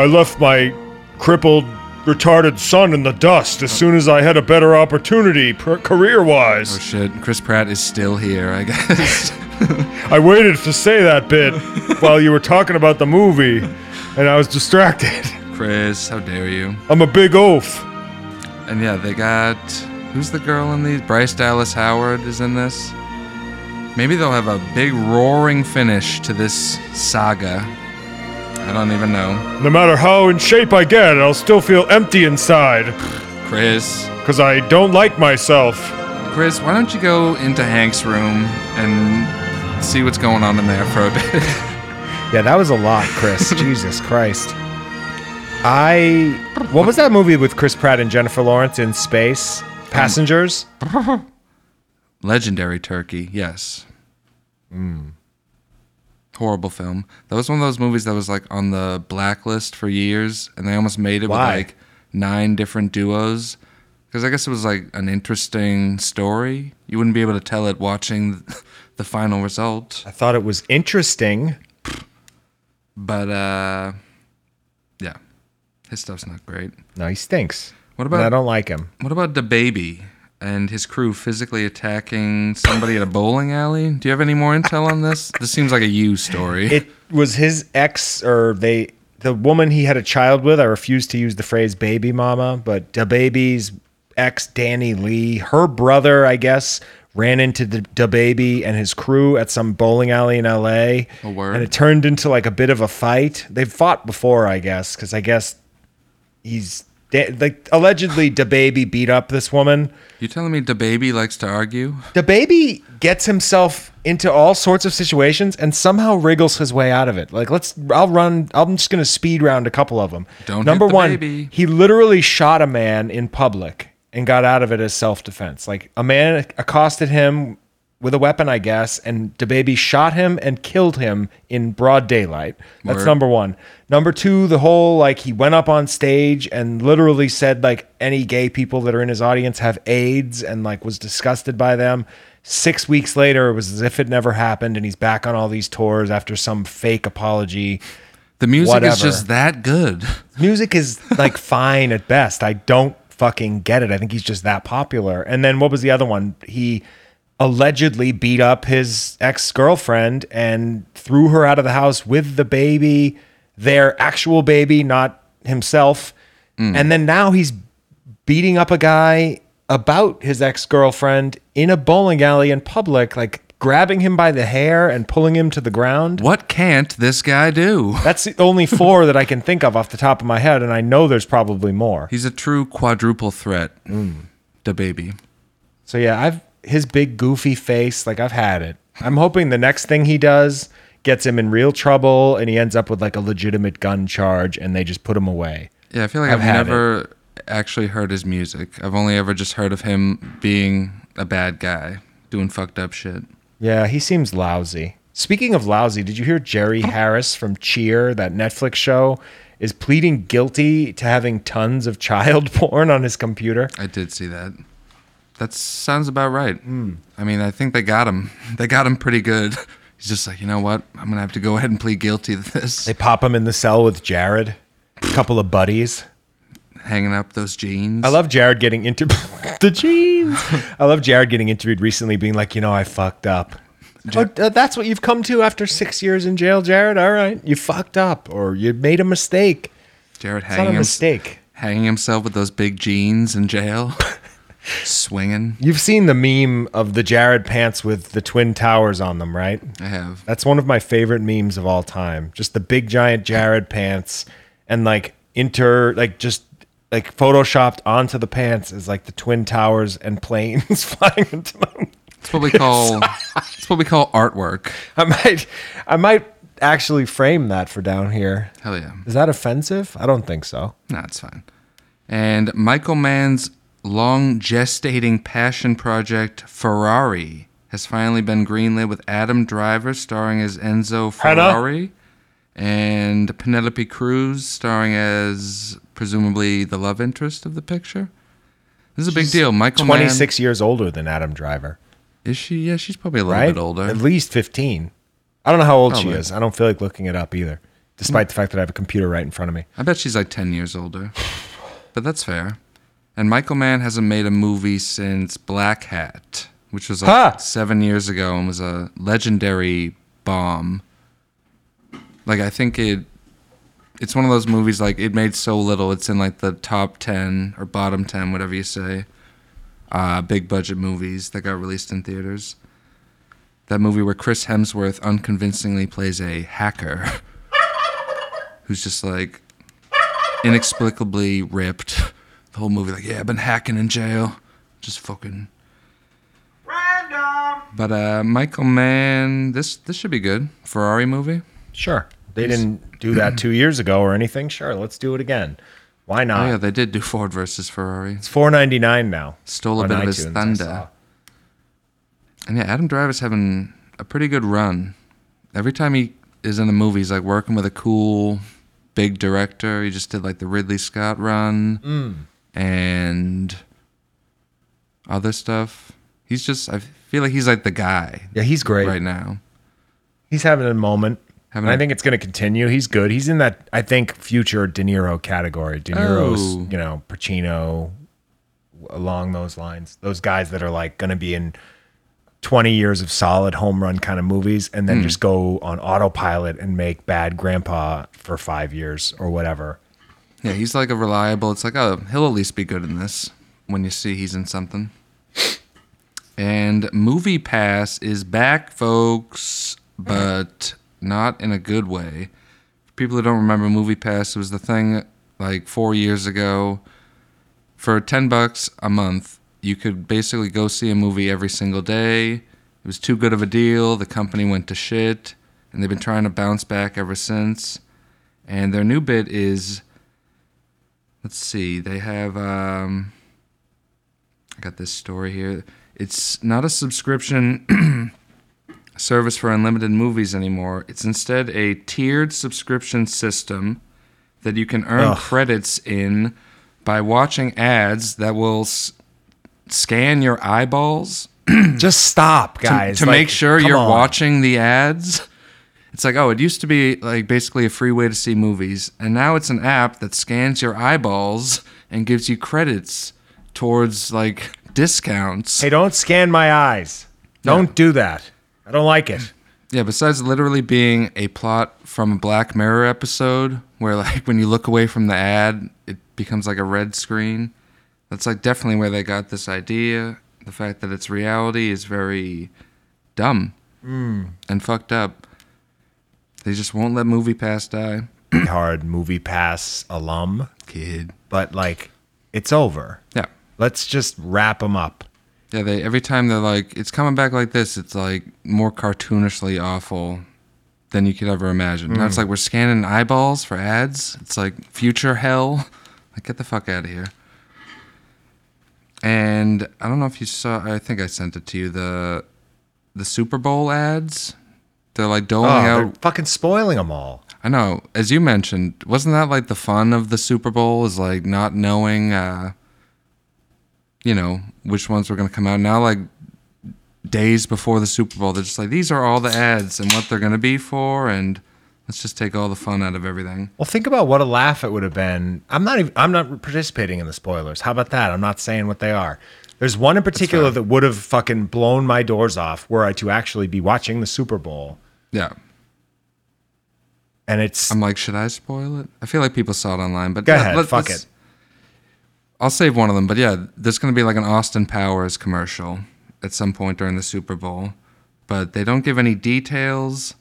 [SPEAKER 7] I left my crippled, retarded son in the dust as soon as I had a better opportunity per- career
[SPEAKER 4] Oh
[SPEAKER 7] wise.
[SPEAKER 4] shit, Chris Pratt is still here, I guess.
[SPEAKER 7] I waited to say that bit while you were talking about the movie, and I was distracted. *laughs*
[SPEAKER 4] Chris, how dare you?
[SPEAKER 7] I'm a big oaf.
[SPEAKER 4] And yeah, they got who's the girl in these? Bryce Dallas Howard is in this. Maybe they'll have a big roaring finish to this saga. I don't even know.
[SPEAKER 7] No matter how in shape I get, I'll still feel empty inside
[SPEAKER 4] Chris,
[SPEAKER 7] because I don't like myself.
[SPEAKER 4] Chris, why don't you go into Hank's room and see what's going on in there for a bit? *laughs*
[SPEAKER 5] Yeah, that was a lot, *laughs* Chris. Jesus Christ. I what was that movie with Chris Pratt and Jennifer Lawrence in space? Passengers.
[SPEAKER 4] Legendary Turkey, yes. Horrible film. That was one of those movies that was like on the blacklist for years, and they almost made it
[SPEAKER 5] Why?
[SPEAKER 4] with like nine different duos. Because I guess it was like an interesting story. You wouldn't be able to tell it watching *laughs* the final result.
[SPEAKER 5] I thought it was interesting.
[SPEAKER 4] But uh, yeah, his stuff's not great.
[SPEAKER 5] No, he stinks.
[SPEAKER 4] What
[SPEAKER 5] And I
[SPEAKER 4] about
[SPEAKER 5] don't like him.
[SPEAKER 4] what about the baby and his crew physically attacking somebody at a bowling alley? Do you have any more intel on this? This seems like a you story.
[SPEAKER 5] It was his ex or they the woman he had a child with. I refuse to use the phrase baby mama, but the baby's ex Danny Lee, her brother, I guess, ran into the da baby and his crew at some bowling alley in LA.
[SPEAKER 4] A Oh, word.
[SPEAKER 5] And it turned into like a bit of a fight. They've fought before, I guess, cuz I guess he's Da- like allegedly da baby beat up this woman.
[SPEAKER 4] you telling me the baby likes to argue?
[SPEAKER 5] The baby gets himself into all sorts of situations and somehow wriggles his way out of it. Like let's I'll run I'm just going to speed round a couple of them.
[SPEAKER 4] Don't hit
[SPEAKER 5] Number
[SPEAKER 4] the
[SPEAKER 5] 1,
[SPEAKER 4] baby.
[SPEAKER 5] he literally shot a man in public and got out of it as self-defense. Like a man accosted him with a weapon, I guess, and the baby shot him and killed him in broad daylight. That's
[SPEAKER 4] Word.
[SPEAKER 5] number number one. Number two, the whole like he went up on stage and literally said like any gay people that are in his audience have AIDS and like was disgusted by them. Six weeks later, it was as if it never happened, and he's back on all these tours after some fake apology.
[SPEAKER 4] The music
[SPEAKER 5] Whatever.
[SPEAKER 4] is just that good.
[SPEAKER 5] Music is like fine at best. I don't fucking get it. I think he's just that popular. And then what was the other one? He allegedly beat up his ex girlfriend and threw her out of the house with the baby, their actual baby, not himself. And then now he's beating up a guy about his ex girlfriend in a bowling alley in public, like grabbing him by the hair and pulling him to the ground.
[SPEAKER 4] What can't this guy do?
[SPEAKER 5] That's the only four that I can think of off the top of my head, and I know there's probably more.
[SPEAKER 4] He's a true quadruple threat.
[SPEAKER 5] Mm.
[SPEAKER 4] The baby.
[SPEAKER 5] So yeah, I've his big goofy face, like I've had it. I'm hoping the next thing he does gets him in real trouble and he ends up with like a legitimate gun charge and they just put him away.
[SPEAKER 4] Yeah, I feel like
[SPEAKER 5] I've
[SPEAKER 4] I've,
[SPEAKER 5] had
[SPEAKER 4] never actually heard his music. I've only ever just heard of him being a bad guy, doing fucked up shit.
[SPEAKER 5] Yeah, he seems lousy. Speaking of lousy, did you hear Jerry Harris from Cheer, that Netflix show, is pleading guilty to having tons of *laughs* child porn on his computer?
[SPEAKER 4] I did see that. That sounds about right.
[SPEAKER 5] Mm.
[SPEAKER 4] I mean, I think they got him. *laughs* They got him pretty good. He's just like, you know what? I'm gonna have to go ahead and plead guilty to this.
[SPEAKER 5] They pop him in the cell with Jared, a couple of buddies.
[SPEAKER 4] Hanging up those jeans.
[SPEAKER 5] I love Jared getting interviewed. *laughs* the jeans. I love Jared getting interviewed recently, being like, you know, I fucked up. oh, uh, that's what you've come to after six years in jail, Jared. All right, you fucked up, or you made a mistake.
[SPEAKER 4] Jared
[SPEAKER 5] It's not
[SPEAKER 4] hanging
[SPEAKER 5] a
[SPEAKER 4] him-
[SPEAKER 5] mistake.
[SPEAKER 4] hanging himself with those big jeans in jail, swinging.
[SPEAKER 5] You've seen the meme of the Jared pants with the twin towers on them, right?
[SPEAKER 4] I have.
[SPEAKER 5] That's one of my favorite memes of all time. Just the big giant Jared pants and like inter like just like photoshopped onto the pants is like the twin towers and planes *laughs* flying into them.
[SPEAKER 4] It's what we call. it's what we call artwork.
[SPEAKER 5] *laughs* I might I might actually frame that for down here.
[SPEAKER 4] Hell yeah.
[SPEAKER 5] Is that offensive? I don't think so.
[SPEAKER 4] No, it's fine. And Michael Mann's long gestating passion project Ferrari has finally been greenlit with Adam Driver starring as Enzo
[SPEAKER 7] Hannah?
[SPEAKER 4] Ferrari and Penelope Cruz starring as presumably the love interest of the picture. This is a big deal. Michael
[SPEAKER 5] Twenty
[SPEAKER 4] Mann
[SPEAKER 5] six years older than Adam Driver.
[SPEAKER 4] is she? Yeah, she's probably a little
[SPEAKER 5] Right?
[SPEAKER 4] bit older.
[SPEAKER 5] At least fifteen. I don't know how old she
[SPEAKER 4] Probably.
[SPEAKER 5] is. I don't feel like looking it up either. Despite the fact that I have a computer right in front of me.
[SPEAKER 4] I bet she's like 10 years older. But that's fair. And Michael Mann hasn't made a movie since Black Hat, which was like
[SPEAKER 5] Huh.
[SPEAKER 4] seven years ago and was a legendary bomb. Like, I think it. It's one of those movies like it made so little. It's in like the top ten or bottom ten, whatever you say. Uh, big budget movies that got released in theaters. That movie where Chris Hemsworth unconvincingly plays a hacker *laughs* who's just like inexplicably ripped the whole movie. Like, yeah, I've been hacking in jail, just fucking.
[SPEAKER 6] Random.
[SPEAKER 4] But uh, Michael Mann, this this should be good Ferrari movie.
[SPEAKER 5] Sure. They didn't do that two years ago or anything. Sure, let's do it again. Why not?
[SPEAKER 4] Oh yeah, they did do Ford versus Ferrari.
[SPEAKER 5] It's four ninety nine now.
[SPEAKER 4] Stole a
[SPEAKER 5] on
[SPEAKER 4] bit of his
[SPEAKER 5] iTunes, I
[SPEAKER 4] thunder.
[SPEAKER 5] saw.
[SPEAKER 4] And yeah, Adam Driver's having a pretty good run. Every time he is in a movie, he's like working with a cool big director. He just did like the Ridley Scott run and other stuff. He's just I feel like he's like the guy
[SPEAKER 5] Yeah, he's great.
[SPEAKER 4] right now.
[SPEAKER 5] He's having a moment.
[SPEAKER 4] Having
[SPEAKER 5] and I
[SPEAKER 4] a-
[SPEAKER 5] think it's going to continue. He's good. He's in that I think future De Niro category. De Niro's,
[SPEAKER 4] Oh.
[SPEAKER 5] you know, Pacino along those lines. Those guys that are like going to be in 20 years of solid home run kind of movies and
[SPEAKER 4] Hmm.
[SPEAKER 5] then just go on autopilot and make bad grandpa for 5 years or whatever.
[SPEAKER 4] Yeah, he's like a reliable. It's like, oh, he'll at least be good in this when you see he's in something. And Movie Pass is back, folks, but not in a good way. For people who don't remember Movie Pass, it was the thing like four years ago. For ten bucks a month, you could basically go see a movie every single day. It was too good of a deal. The company went to shit, and they've been trying to bounce back ever since. And their new bit is let's see they have um i got this story here it's not a subscription *clears throat* service for unlimited movies anymore it's instead a tiered subscription system that you can earn credits in by watching ads that will s- scan your eyeballs
[SPEAKER 5] Just stop,
[SPEAKER 4] Hmm. to-
[SPEAKER 5] guys.
[SPEAKER 4] to,
[SPEAKER 5] Like,
[SPEAKER 4] make sure
[SPEAKER 5] come
[SPEAKER 4] you're
[SPEAKER 5] on.
[SPEAKER 4] watching the ads. It's like, oh, it used to be like basically a free way to see movies, and now it's an app that scans your eyeballs and gives you credits towards like discounts.
[SPEAKER 5] Hey, don't scan my eyes. Don't do that. I don't like it.
[SPEAKER 4] Yeah, besides literally being a plot from a Black Mirror episode where like when you look away from the ad, it becomes like a red screen. That's like definitely where they got this idea. The fact that it's reality is very dumb and fucked up. They just won't let movie pass die.
[SPEAKER 5] Hard movie pass alum,
[SPEAKER 4] Kid.
[SPEAKER 5] but like it's over.
[SPEAKER 4] Yeah.
[SPEAKER 5] Let's just wrap them up.
[SPEAKER 4] Yeah, they every time they're like, it's coming back like this. It's like more cartoonishly awful than you could ever imagine. Now
[SPEAKER 5] Mm.
[SPEAKER 4] it's like we're scanning eyeballs for ads. It's like future hell. Like get the fuck out of here. And I don't know if you saw. I think I sent it to you the the Super Bowl ads They're like doling
[SPEAKER 5] Oh,
[SPEAKER 4] out
[SPEAKER 5] they're fucking spoiling them all.
[SPEAKER 4] I know. As you mentioned, wasn't that like the fun of the Super Bowl? Is like not knowing, uh, you know, which ones were going to come out. Now, like days before the Super Bowl, they're just like, these are all the ads and what they're going to be for, and let's just take all the fun out of everything.
[SPEAKER 5] Well, think about what a laugh it would have been. I'm not even I'm not participating in the spoilers. How about that? I'm not saying what they are. There's one in particular that would have fucking blown my doors off were I to actually be watching the Super Bowl.
[SPEAKER 4] Yeah.
[SPEAKER 5] And it's
[SPEAKER 4] I'm like, should I spoil it? I feel like people saw it online, but
[SPEAKER 5] Go
[SPEAKER 4] yeah,
[SPEAKER 5] ahead,
[SPEAKER 4] let-
[SPEAKER 5] fuck
[SPEAKER 4] let's-
[SPEAKER 5] it.
[SPEAKER 4] I'll save one of them, but yeah, there's going to be like an Austin Powers commercial at some point during the Super Bowl, but they don't give any details,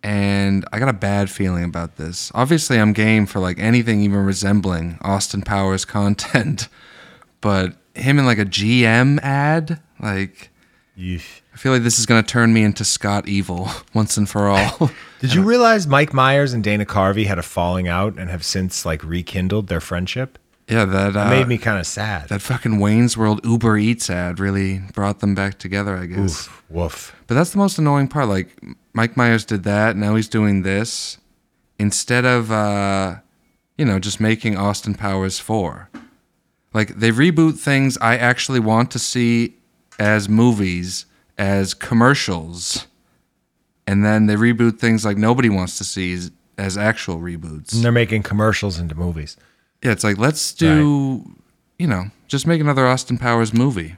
[SPEAKER 4] and I got a bad feeling about this. Obviously, I'm game for like anything even resembling Austin Powers content, *laughs* but him in like a GM ad, like I feel like this is going to turn me into Scott Evil *laughs* once and for
[SPEAKER 5] *laughs*
[SPEAKER 4] all.
[SPEAKER 5] Did you realize Mike Myers and Dana Carvey had a falling out and have since like rekindled their friendship?
[SPEAKER 4] yeah, that uh,
[SPEAKER 5] It made me kind of sad.
[SPEAKER 4] That fucking Wayne's World Uber Eats ad really brought them back together, I guess.
[SPEAKER 5] Oof, woof.
[SPEAKER 4] But that's the most annoying part. Like Mike Myers did that, now he's doing this instead of uh, you know just making Austin Powers four. Like they reboot things I actually want to see as movies as commercials, and then they reboot things like nobody wants to see as, as actual reboots.
[SPEAKER 5] And they're making commercials into movies.
[SPEAKER 4] Yeah, it's like let's do you know just make another Austin Powers movie.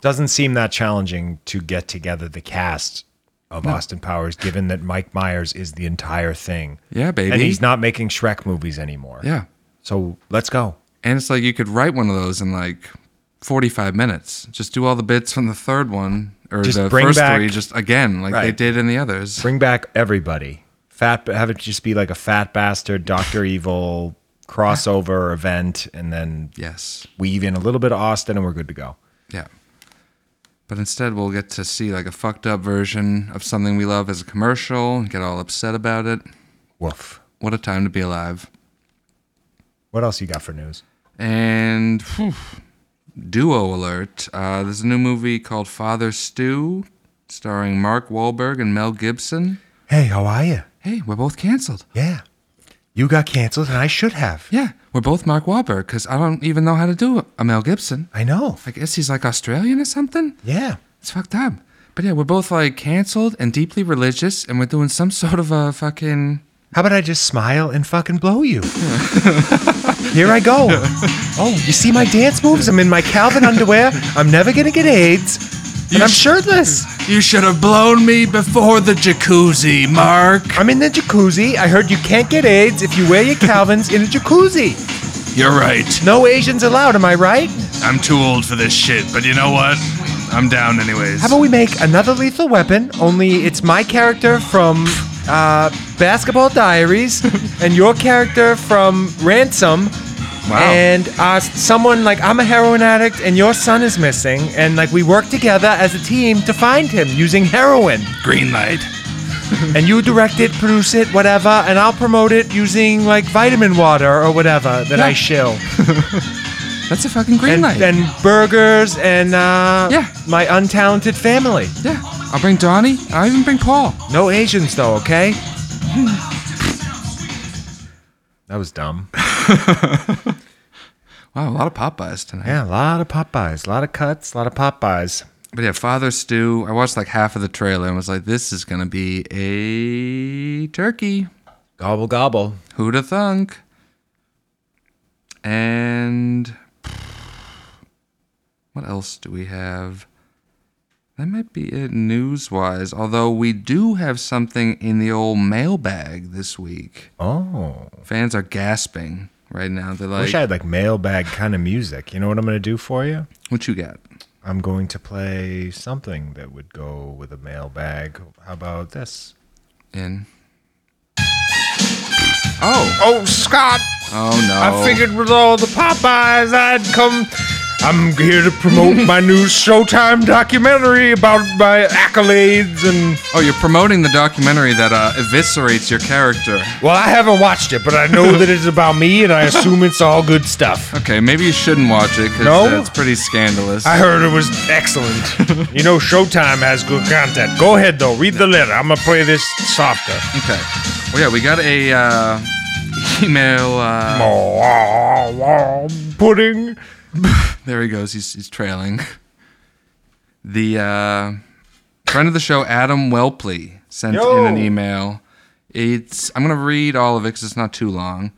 [SPEAKER 5] Doesn't seem that challenging to get together the cast of Austin Powers, given that Mike Myers is the entire thing.
[SPEAKER 4] Yeah, baby.
[SPEAKER 5] And he's not making Shrek movies anymore.
[SPEAKER 4] Yeah.
[SPEAKER 5] So let's go.
[SPEAKER 4] And it's like you could write one of those in like 45 minutes. Just do all the bits from the third one or
[SPEAKER 5] Just
[SPEAKER 4] the
[SPEAKER 5] bring
[SPEAKER 4] first
[SPEAKER 5] back-
[SPEAKER 4] three, just again, like they
[SPEAKER 5] Right.
[SPEAKER 4] did in the others.
[SPEAKER 5] Bring back everybody. Fat have it just be like a fat bastard, Doctor Evil crossover event, and then
[SPEAKER 4] yes.
[SPEAKER 5] weave in a little bit of Austin and we're good to go.
[SPEAKER 4] Yeah. But instead, we'll get to see like a fucked up version of something we love as a commercial and get all upset about it.
[SPEAKER 5] Woof.
[SPEAKER 4] What a time to be alive.
[SPEAKER 5] What else you got for news?
[SPEAKER 4] And phew, duo alert. Uh, there's a new movie called Father Stew starring Mark Wahlberg and Mel Gibson.
[SPEAKER 5] Hey, how are you?
[SPEAKER 4] Hey, we're both canceled.
[SPEAKER 5] Yeah. You got canceled and I should have.
[SPEAKER 4] Yeah, we're both Mark Wahlberg because I don't even know how to do a Mel Gibson.
[SPEAKER 5] I know.
[SPEAKER 4] I guess he's like Australian or something.
[SPEAKER 5] Yeah.
[SPEAKER 4] It's fucked up. But yeah, we're both like canceled and deeply religious, and we're doing some *laughs* sort of a fucking.
[SPEAKER 5] How about I just smile and fucking blow you? Here I go. Oh, you see my dance moves? I'm in my Calvin underwear. I'm never gonna get AIDS. And I'm shirtless.
[SPEAKER 4] You should have blown me before the jacuzzi, Mark.
[SPEAKER 5] I'm in the jacuzzi. I heard you can't get AIDS if you wear your Calvins in a jacuzzi.
[SPEAKER 4] You're right.
[SPEAKER 5] No Asians allowed, am I right?
[SPEAKER 4] I'm too old for this shit, but you know what? I'm down anyways.
[SPEAKER 5] How about we make another lethal weapon, only it's my character from uh,
[SPEAKER 4] *laughs*
[SPEAKER 5] Basketball Diaries and your character from Ransom.
[SPEAKER 4] Wow.
[SPEAKER 5] And uh, someone like I'm a heroin addict and your son is missing, and like we work together as a team to find him using heroin.
[SPEAKER 4] green light?
[SPEAKER 5] *laughs* and you direct it, produce it, whatever, and I'll promote it using like vitamin water or whatever that I
[SPEAKER 4] Yeah.
[SPEAKER 5] shill.
[SPEAKER 4] That's a fucking green
[SPEAKER 5] and,
[SPEAKER 4] light.
[SPEAKER 5] and burgers and uh,
[SPEAKER 4] Yeah.
[SPEAKER 5] my untalented family.
[SPEAKER 4] yeah, I'll bring Donnie. I'll even bring Paul.
[SPEAKER 5] No Asians though, okay? that was dumb.
[SPEAKER 4] Wow, a lot of Popeyes tonight.
[SPEAKER 5] Yeah, a lot of Popeyes, a lot of cuts, a lot of Popeyes.
[SPEAKER 4] But yeah, Father Stew. I watched like half of the trailer and was like, "This is gonna be a turkey."
[SPEAKER 5] Gobble gobble.
[SPEAKER 4] Who'da thunk? And what else do we have? That might be it news-wise. Although we do have something in the old mailbag this week.
[SPEAKER 5] Oh,
[SPEAKER 4] Fans are gasping right now. They're
[SPEAKER 5] I
[SPEAKER 4] like,
[SPEAKER 5] wish I had like mailbag kind of music. You know what I'm gonna do for you?
[SPEAKER 4] "What you got?"
[SPEAKER 5] I'm going to play something that would go with a mailbag. How about this?
[SPEAKER 4] In. Oh.
[SPEAKER 5] Oh, Scott!
[SPEAKER 4] Oh no.
[SPEAKER 5] Oh. I figured with all the Popeyes, I'd come. I'm here to promote my new Showtime documentary about my accolades and.
[SPEAKER 4] Oh, you're promoting the documentary that uh, eviscerates your character.
[SPEAKER 5] Well, I haven't watched it, but I know that it's about me, and I assume it's all good stuff.
[SPEAKER 4] Okay, maybe you shouldn't watch it because
[SPEAKER 5] No?
[SPEAKER 4] that's pretty scandalous.
[SPEAKER 5] I heard it was excellent. *laughs* You know, Showtime has good content. Go ahead, though. Read the letter. I'm going to play this softer.
[SPEAKER 4] okay. Well, yeah, we got a uh, *laughs* email. Uh,
[SPEAKER 5] *laughs* Pudding.
[SPEAKER 4] There he goes. He's, he's trailing. *laughs* The uh, friend of the show, Adam Welpley, sent
[SPEAKER 5] Yo.
[SPEAKER 4] in an email. It's I'm gonna read all of it because it's not too long.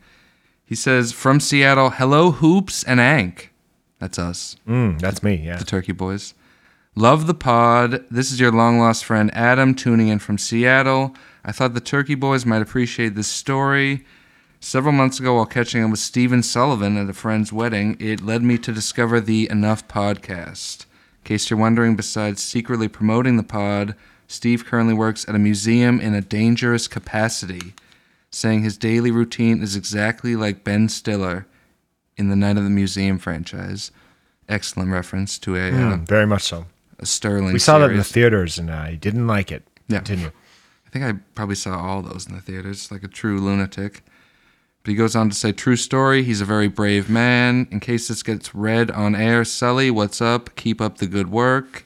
[SPEAKER 4] He says from Seattle, hello hoops and ank. That's us,
[SPEAKER 5] Mm, that's me, yeah.
[SPEAKER 4] the Turkey Boys. Love the pod. This is your long lost friend Adam tuning in from Seattle. I thought the Turkey Boys might appreciate this story. Several months ago, while catching up with Steven Sullivan at a friend's wedding, it led me to discover the Enough podcast. In case you're wondering, besides secretly promoting the pod, Steve currently works at a museum in a dangerous capacity, saying his daily routine is exactly like Ben Stiller in the Night of the Museum franchise. Excellent reference to a, uh,
[SPEAKER 5] Mm, very much so.
[SPEAKER 4] a Sterling.
[SPEAKER 5] We saw that in the
[SPEAKER 4] series.
[SPEAKER 5] theaters, and I didn't like it.
[SPEAKER 4] Yeah.
[SPEAKER 5] Continue.
[SPEAKER 4] I think I probably saw all those in the theaters, like a true lunatic. But he goes on to say, true story, he's a very brave man. In case this gets read on air, Sully, what's up? Keep up the good work.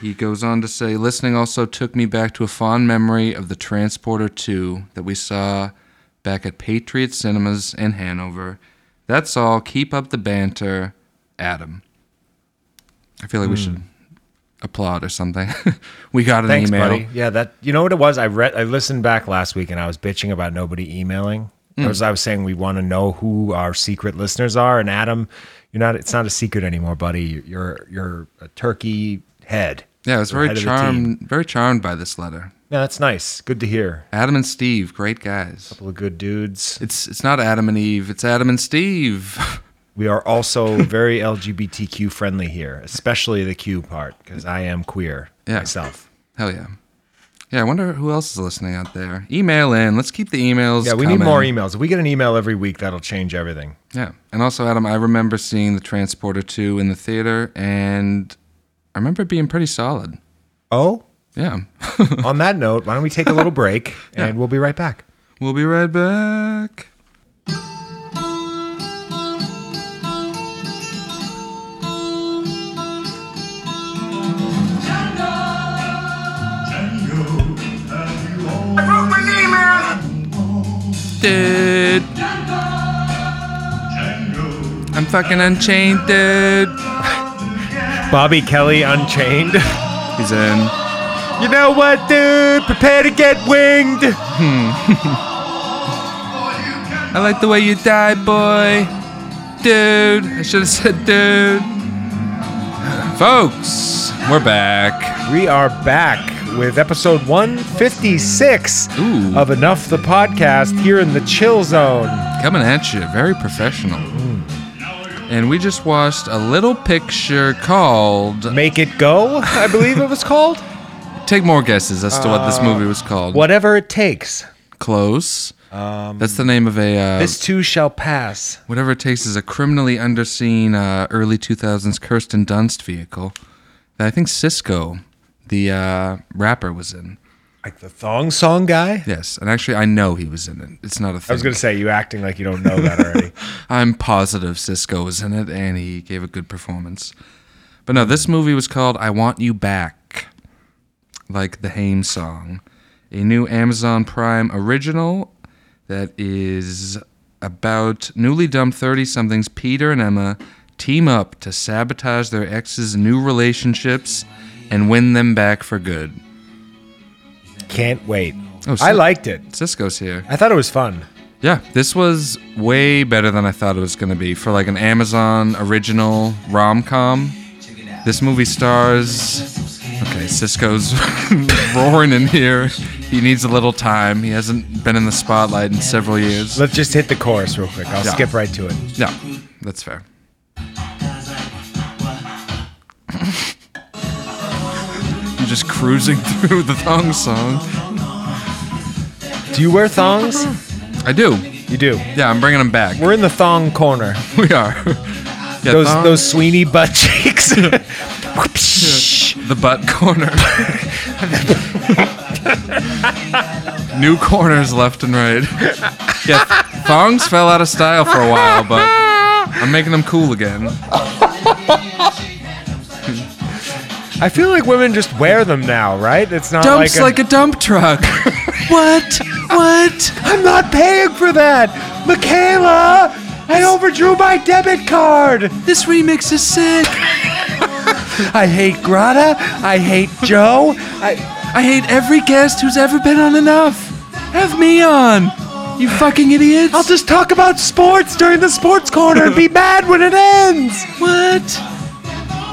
[SPEAKER 4] He goes on to say, listening also took me back to a fond memory of the Transporter 2 that we saw back at Patriot Cinemas in Hanover. That's all. Keep up the banter, Adam. I feel
[SPEAKER 5] Hmm.
[SPEAKER 4] like we should applaud or something. *laughs* we got an
[SPEAKER 5] Thanks,
[SPEAKER 4] email.
[SPEAKER 5] buddy. Yeah, that you know what it was. I read, I listened back last week, and I was bitching about nobody emailing. As I was saying, we want to know who our secret listeners are. And Adam, you're not. It's not a secret anymore, buddy. You're you're a turkey head.
[SPEAKER 4] Yeah, I was
[SPEAKER 5] You're
[SPEAKER 4] very
[SPEAKER 5] head of the team.
[SPEAKER 4] charmed, very charmed by this letter.
[SPEAKER 5] Yeah, that's nice. Good to hear.
[SPEAKER 4] Adam and Steve, great guys.
[SPEAKER 5] Couple of good dudes.
[SPEAKER 4] It's it's not Adam and Eve, it's Adam and Steve. *laughs*
[SPEAKER 5] We are also *laughs* very LGBTQ friendly here, especially the Q part, because I am queer
[SPEAKER 4] Yeah.
[SPEAKER 5] myself.
[SPEAKER 4] Hell yeah. Yeah, I wonder who else is listening out there. Email in. Let's keep the emails.
[SPEAKER 5] Yeah, we need more
[SPEAKER 4] coming.
[SPEAKER 5] emails. If we get an email every week, that'll change everything.
[SPEAKER 4] Yeah. And also, Adam, I remember seeing the Transporter 2 in the theater, and I remember it being pretty solid.
[SPEAKER 5] *laughs* Oh,
[SPEAKER 4] Yeah. *laughs*
[SPEAKER 5] on that note, why don't we take a little break and we'll be right back.
[SPEAKER 4] we'll be right back. Dude. I'm fucking unchained, dude.
[SPEAKER 5] Bobby Kelly Unchained.
[SPEAKER 4] He's in.
[SPEAKER 5] you know what, dude? Prepare to get winged.
[SPEAKER 4] I like the way you die, boy. Dude, I should have said dude. *sighs* Folks, we're back.
[SPEAKER 5] We are back with episode 156
[SPEAKER 4] Ooh.
[SPEAKER 5] of Enough the Podcast here in the Chill Zone.
[SPEAKER 4] Coming at you, very professional. And we just watched a little picture called.
[SPEAKER 5] Make It Go, I believe it
[SPEAKER 4] *laughs*
[SPEAKER 5] was called.
[SPEAKER 4] Take more guesses as to what this movie was called.
[SPEAKER 5] Whatever It Takes.
[SPEAKER 4] Close. That's the name of a. Uh,
[SPEAKER 5] This too shall pass.
[SPEAKER 4] Whatever it takes is a criminally underseen uh, early 2000s Kirsten Dunst vehicle that I think Cisco, the uh, rapper, was in.
[SPEAKER 5] Like the thong song guy?
[SPEAKER 4] Yes, and actually, I know he was in it. It's not a thing.
[SPEAKER 5] I was going to say, you acting like you don't know that already.
[SPEAKER 4] I'm positive Cisco was in it, and he gave a good performance. But no, this movie was called "I Want You Back," like the Haim song, a new Amazon Prime original that is about newly dumped thirty-somethings Peter and Emma team up to sabotage their ex's new relationships and win them back for good.
[SPEAKER 5] Can't wait.
[SPEAKER 4] Oh, so-
[SPEAKER 5] I liked it.
[SPEAKER 4] Cisco's here.
[SPEAKER 5] I thought it was fun.
[SPEAKER 4] Yeah, this was way better than I thought it was going to be for like an Amazon original rom com. This movie stars. Okay, Cisco's *laughs* roaring in here. He needs a little time. He hasn't been in the spotlight in several years.
[SPEAKER 5] Let's just hit the chorus real quick. I'll
[SPEAKER 4] Yeah.
[SPEAKER 5] skip right to it.
[SPEAKER 4] Yeah, that's fair. *laughs* I'm just cruising through the thong song.
[SPEAKER 5] Do you wear thongs?
[SPEAKER 4] I do.
[SPEAKER 5] You do.
[SPEAKER 4] Yeah, I'm bringing him back. *laughs*
[SPEAKER 5] We're in the thong corner.
[SPEAKER 4] We are. Yeah,
[SPEAKER 5] those
[SPEAKER 4] thong.
[SPEAKER 5] those Sweeney butt *laughs* cheeks.
[SPEAKER 4] The butt corner. New corners left and right. Yeah, thongs fell out of style for a while, but I'm making them cool again.
[SPEAKER 5] I feel like women just wear them now, right? It's not
[SPEAKER 4] Dumps like
[SPEAKER 5] like,
[SPEAKER 4] a, dump truck. what? What?
[SPEAKER 5] I'm not paying for that, Michaela. I overdrew my debit card.
[SPEAKER 4] This remix is sick.
[SPEAKER 5] I hate Grata. I hate Joe. I,
[SPEAKER 4] I hate every guest who's ever been on enough. Have me on. You fucking idiots.
[SPEAKER 5] I'll just talk about sports during the sports corner
[SPEAKER 4] *laughs*
[SPEAKER 5] and be mad when it ends.
[SPEAKER 4] what?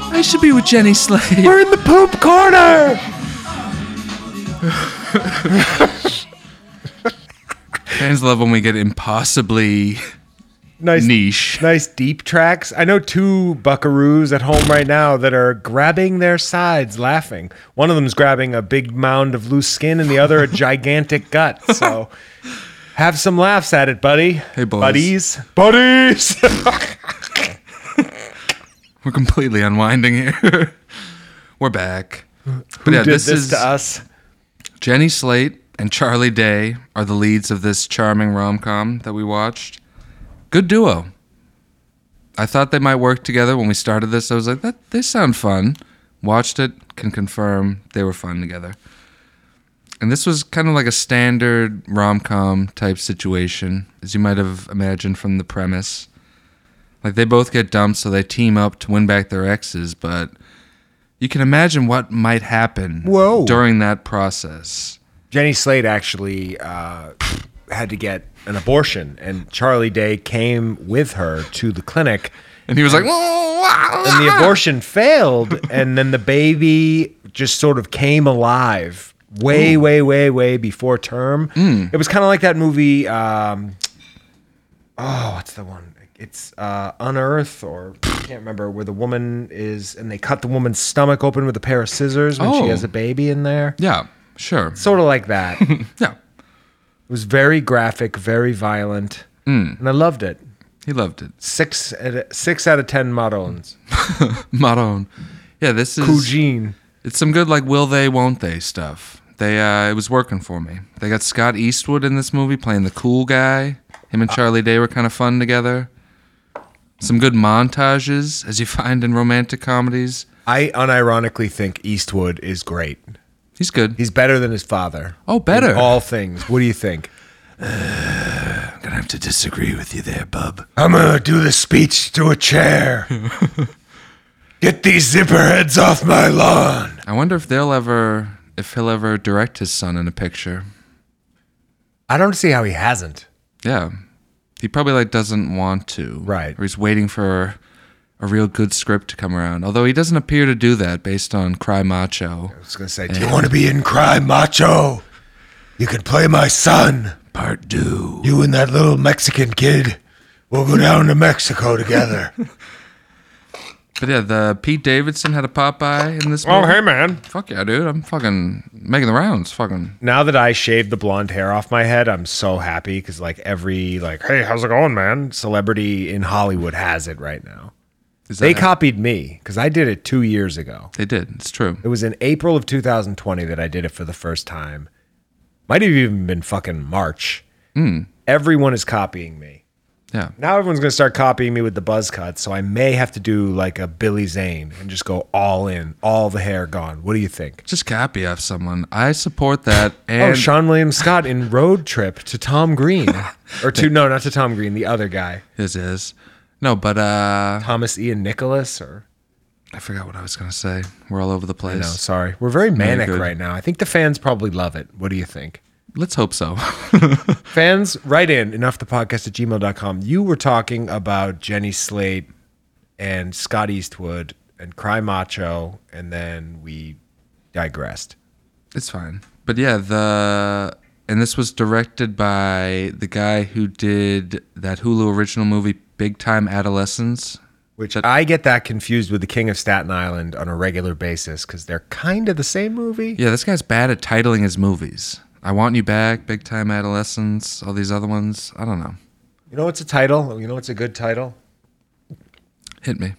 [SPEAKER 4] I should be with Jenny Slade.
[SPEAKER 5] We're in the poop corner.
[SPEAKER 4] Fans love when we get impossibly
[SPEAKER 5] Nice
[SPEAKER 4] niche.
[SPEAKER 5] Nice deep tracks. I know two buckaroos at home right now that are grabbing their sides laughing. One of them's grabbing a big mound of loose skin and the other a
[SPEAKER 4] *laughs*
[SPEAKER 5] gigantic gut. So have some laughs at it, buddy.
[SPEAKER 4] Hey, boys. *laughs*
[SPEAKER 5] Buddies.
[SPEAKER 7] Buddies!
[SPEAKER 4] We're completely unwinding here. *laughs* We're back. but yeah,
[SPEAKER 5] Did
[SPEAKER 4] this, is
[SPEAKER 5] to us.
[SPEAKER 4] Jenny Slate and Charlie Day are the leads of this charming rom com that we watched. Good duo. I thought they might work together when we started this. I was like, that they sound fun. Watched it, can confirm they were fun together. And this was kind of like a standard rom com type situation, as you might have imagined from the premise. Like they both get dumped, so they team up to win back their exes, but you can imagine what might happen
[SPEAKER 5] Whoa.
[SPEAKER 4] during that process.
[SPEAKER 5] Jenny Slate actually uh, had to get an abortion, and Charlie Day came with her to the clinic.
[SPEAKER 4] And he was like,
[SPEAKER 5] and the abortion failed, and then the baby just sort of came alive way, way, way, way before term. It was kind of like that movie. Um, oh, what's the one? It's uh, Unearth, or I can't remember, where the woman is, and they cut the woman's stomach open with a pair of scissors when
[SPEAKER 4] Oh.
[SPEAKER 5] she has a baby in there.
[SPEAKER 4] Yeah, sure.
[SPEAKER 5] Sort of like that. it
[SPEAKER 4] Yeah,
[SPEAKER 5] was very graphic, very violent,
[SPEAKER 4] Hmm.
[SPEAKER 5] and I loved it.
[SPEAKER 4] he loved it.
[SPEAKER 5] Six out of, six out of ten Marons.
[SPEAKER 4] *laughs* Maron. Yeah, this is.
[SPEAKER 5] Cougine.
[SPEAKER 4] It's some good like will they, won't they stuff. They uh, it was working for me. They got Scott Eastwood in this movie playing the cool guy. Him and Charlie Day were kind of fun together. Some good montages, as you find in romantic comedies.
[SPEAKER 5] I unironically think Eastwood is great.
[SPEAKER 4] He's good.
[SPEAKER 5] He's better than his father.
[SPEAKER 4] Oh, better.
[SPEAKER 5] In all things. What do you think?
[SPEAKER 4] I'm gonna have to disagree with you there, bub.
[SPEAKER 5] *laughs* I'm going to do the speech to
[SPEAKER 4] *laughs*
[SPEAKER 5] a chair. Get these zipper heads off my lawn.
[SPEAKER 4] I wonder if they'll ever, if he'll ever direct his son in a picture.
[SPEAKER 5] I don't see how he hasn't.
[SPEAKER 4] Yeah. He probably like doesn't want to.
[SPEAKER 5] Right.
[SPEAKER 4] Or he's waiting for a real good script to come around. Although he doesn't appear to do that based on Cry Macho.
[SPEAKER 5] I was going to say, do you want to be in crime, macho? You can play my son.
[SPEAKER 4] Part two.
[SPEAKER 5] You and that little Mexican kid will go down to Mexico together.
[SPEAKER 4] But yeah, the Pete Davidson had a Popeye in this movie.
[SPEAKER 7] oh, hey, man.
[SPEAKER 4] Fuck yeah, dude. I'm fucking making the rounds. Fucking
[SPEAKER 5] *laughs* now that I shaved the blonde hair off my head, I'm so happy because like every like
[SPEAKER 7] Hey, how's it going, man?
[SPEAKER 5] celebrity in Hollywood has it right now.
[SPEAKER 4] is
[SPEAKER 5] They
[SPEAKER 4] that-
[SPEAKER 5] copied me because I did it two years ago.
[SPEAKER 4] They did. It's true.
[SPEAKER 5] It was in April of 2020 that I did it for the first time. Might have even been fucking March. Everyone is copying me.
[SPEAKER 4] Hmm. Yeah.
[SPEAKER 5] Now everyone's going to start copying me with the buzz cut, so I may have to do like a Billy Zane and just go all in, all the hair gone. What do you think?
[SPEAKER 4] Just copy off someone. I support that. And
[SPEAKER 5] *laughs* oh, Sean William Scott in Road Trip to
[SPEAKER 4] *laughs*
[SPEAKER 5] Tom Green. or to, no, not to Tom Green, the other guy,
[SPEAKER 4] his is. No, but uh
[SPEAKER 5] Thomas Ian Nicholas or
[SPEAKER 4] I forgot what I was gonna say. We're all over the place.
[SPEAKER 5] No, sorry. We're very manic
[SPEAKER 4] good.
[SPEAKER 5] right now. I think the fans probably love it. What do you think?
[SPEAKER 4] Let's hope so. *laughs*
[SPEAKER 5] Fans, write in enoughthepodcast at gmail.com. You were talking about Jenny Slate and Scott Eastwood and Cry Macho, and then we digressed.
[SPEAKER 4] It's fine. But yeah, the and this was directed by the guy who did that Hulu original movie Big Time Adolescence.
[SPEAKER 5] Which
[SPEAKER 4] That-
[SPEAKER 5] I get that confused with The King of Staten Island on a regular basis because they're kind of the same movie.
[SPEAKER 4] Yeah, this guy's bad at titling his movies. I Want You Back, Big Time Adolescence, all these other ones. I don't know.
[SPEAKER 5] You know what's a title? You know what's a good title?
[SPEAKER 4] Hit me.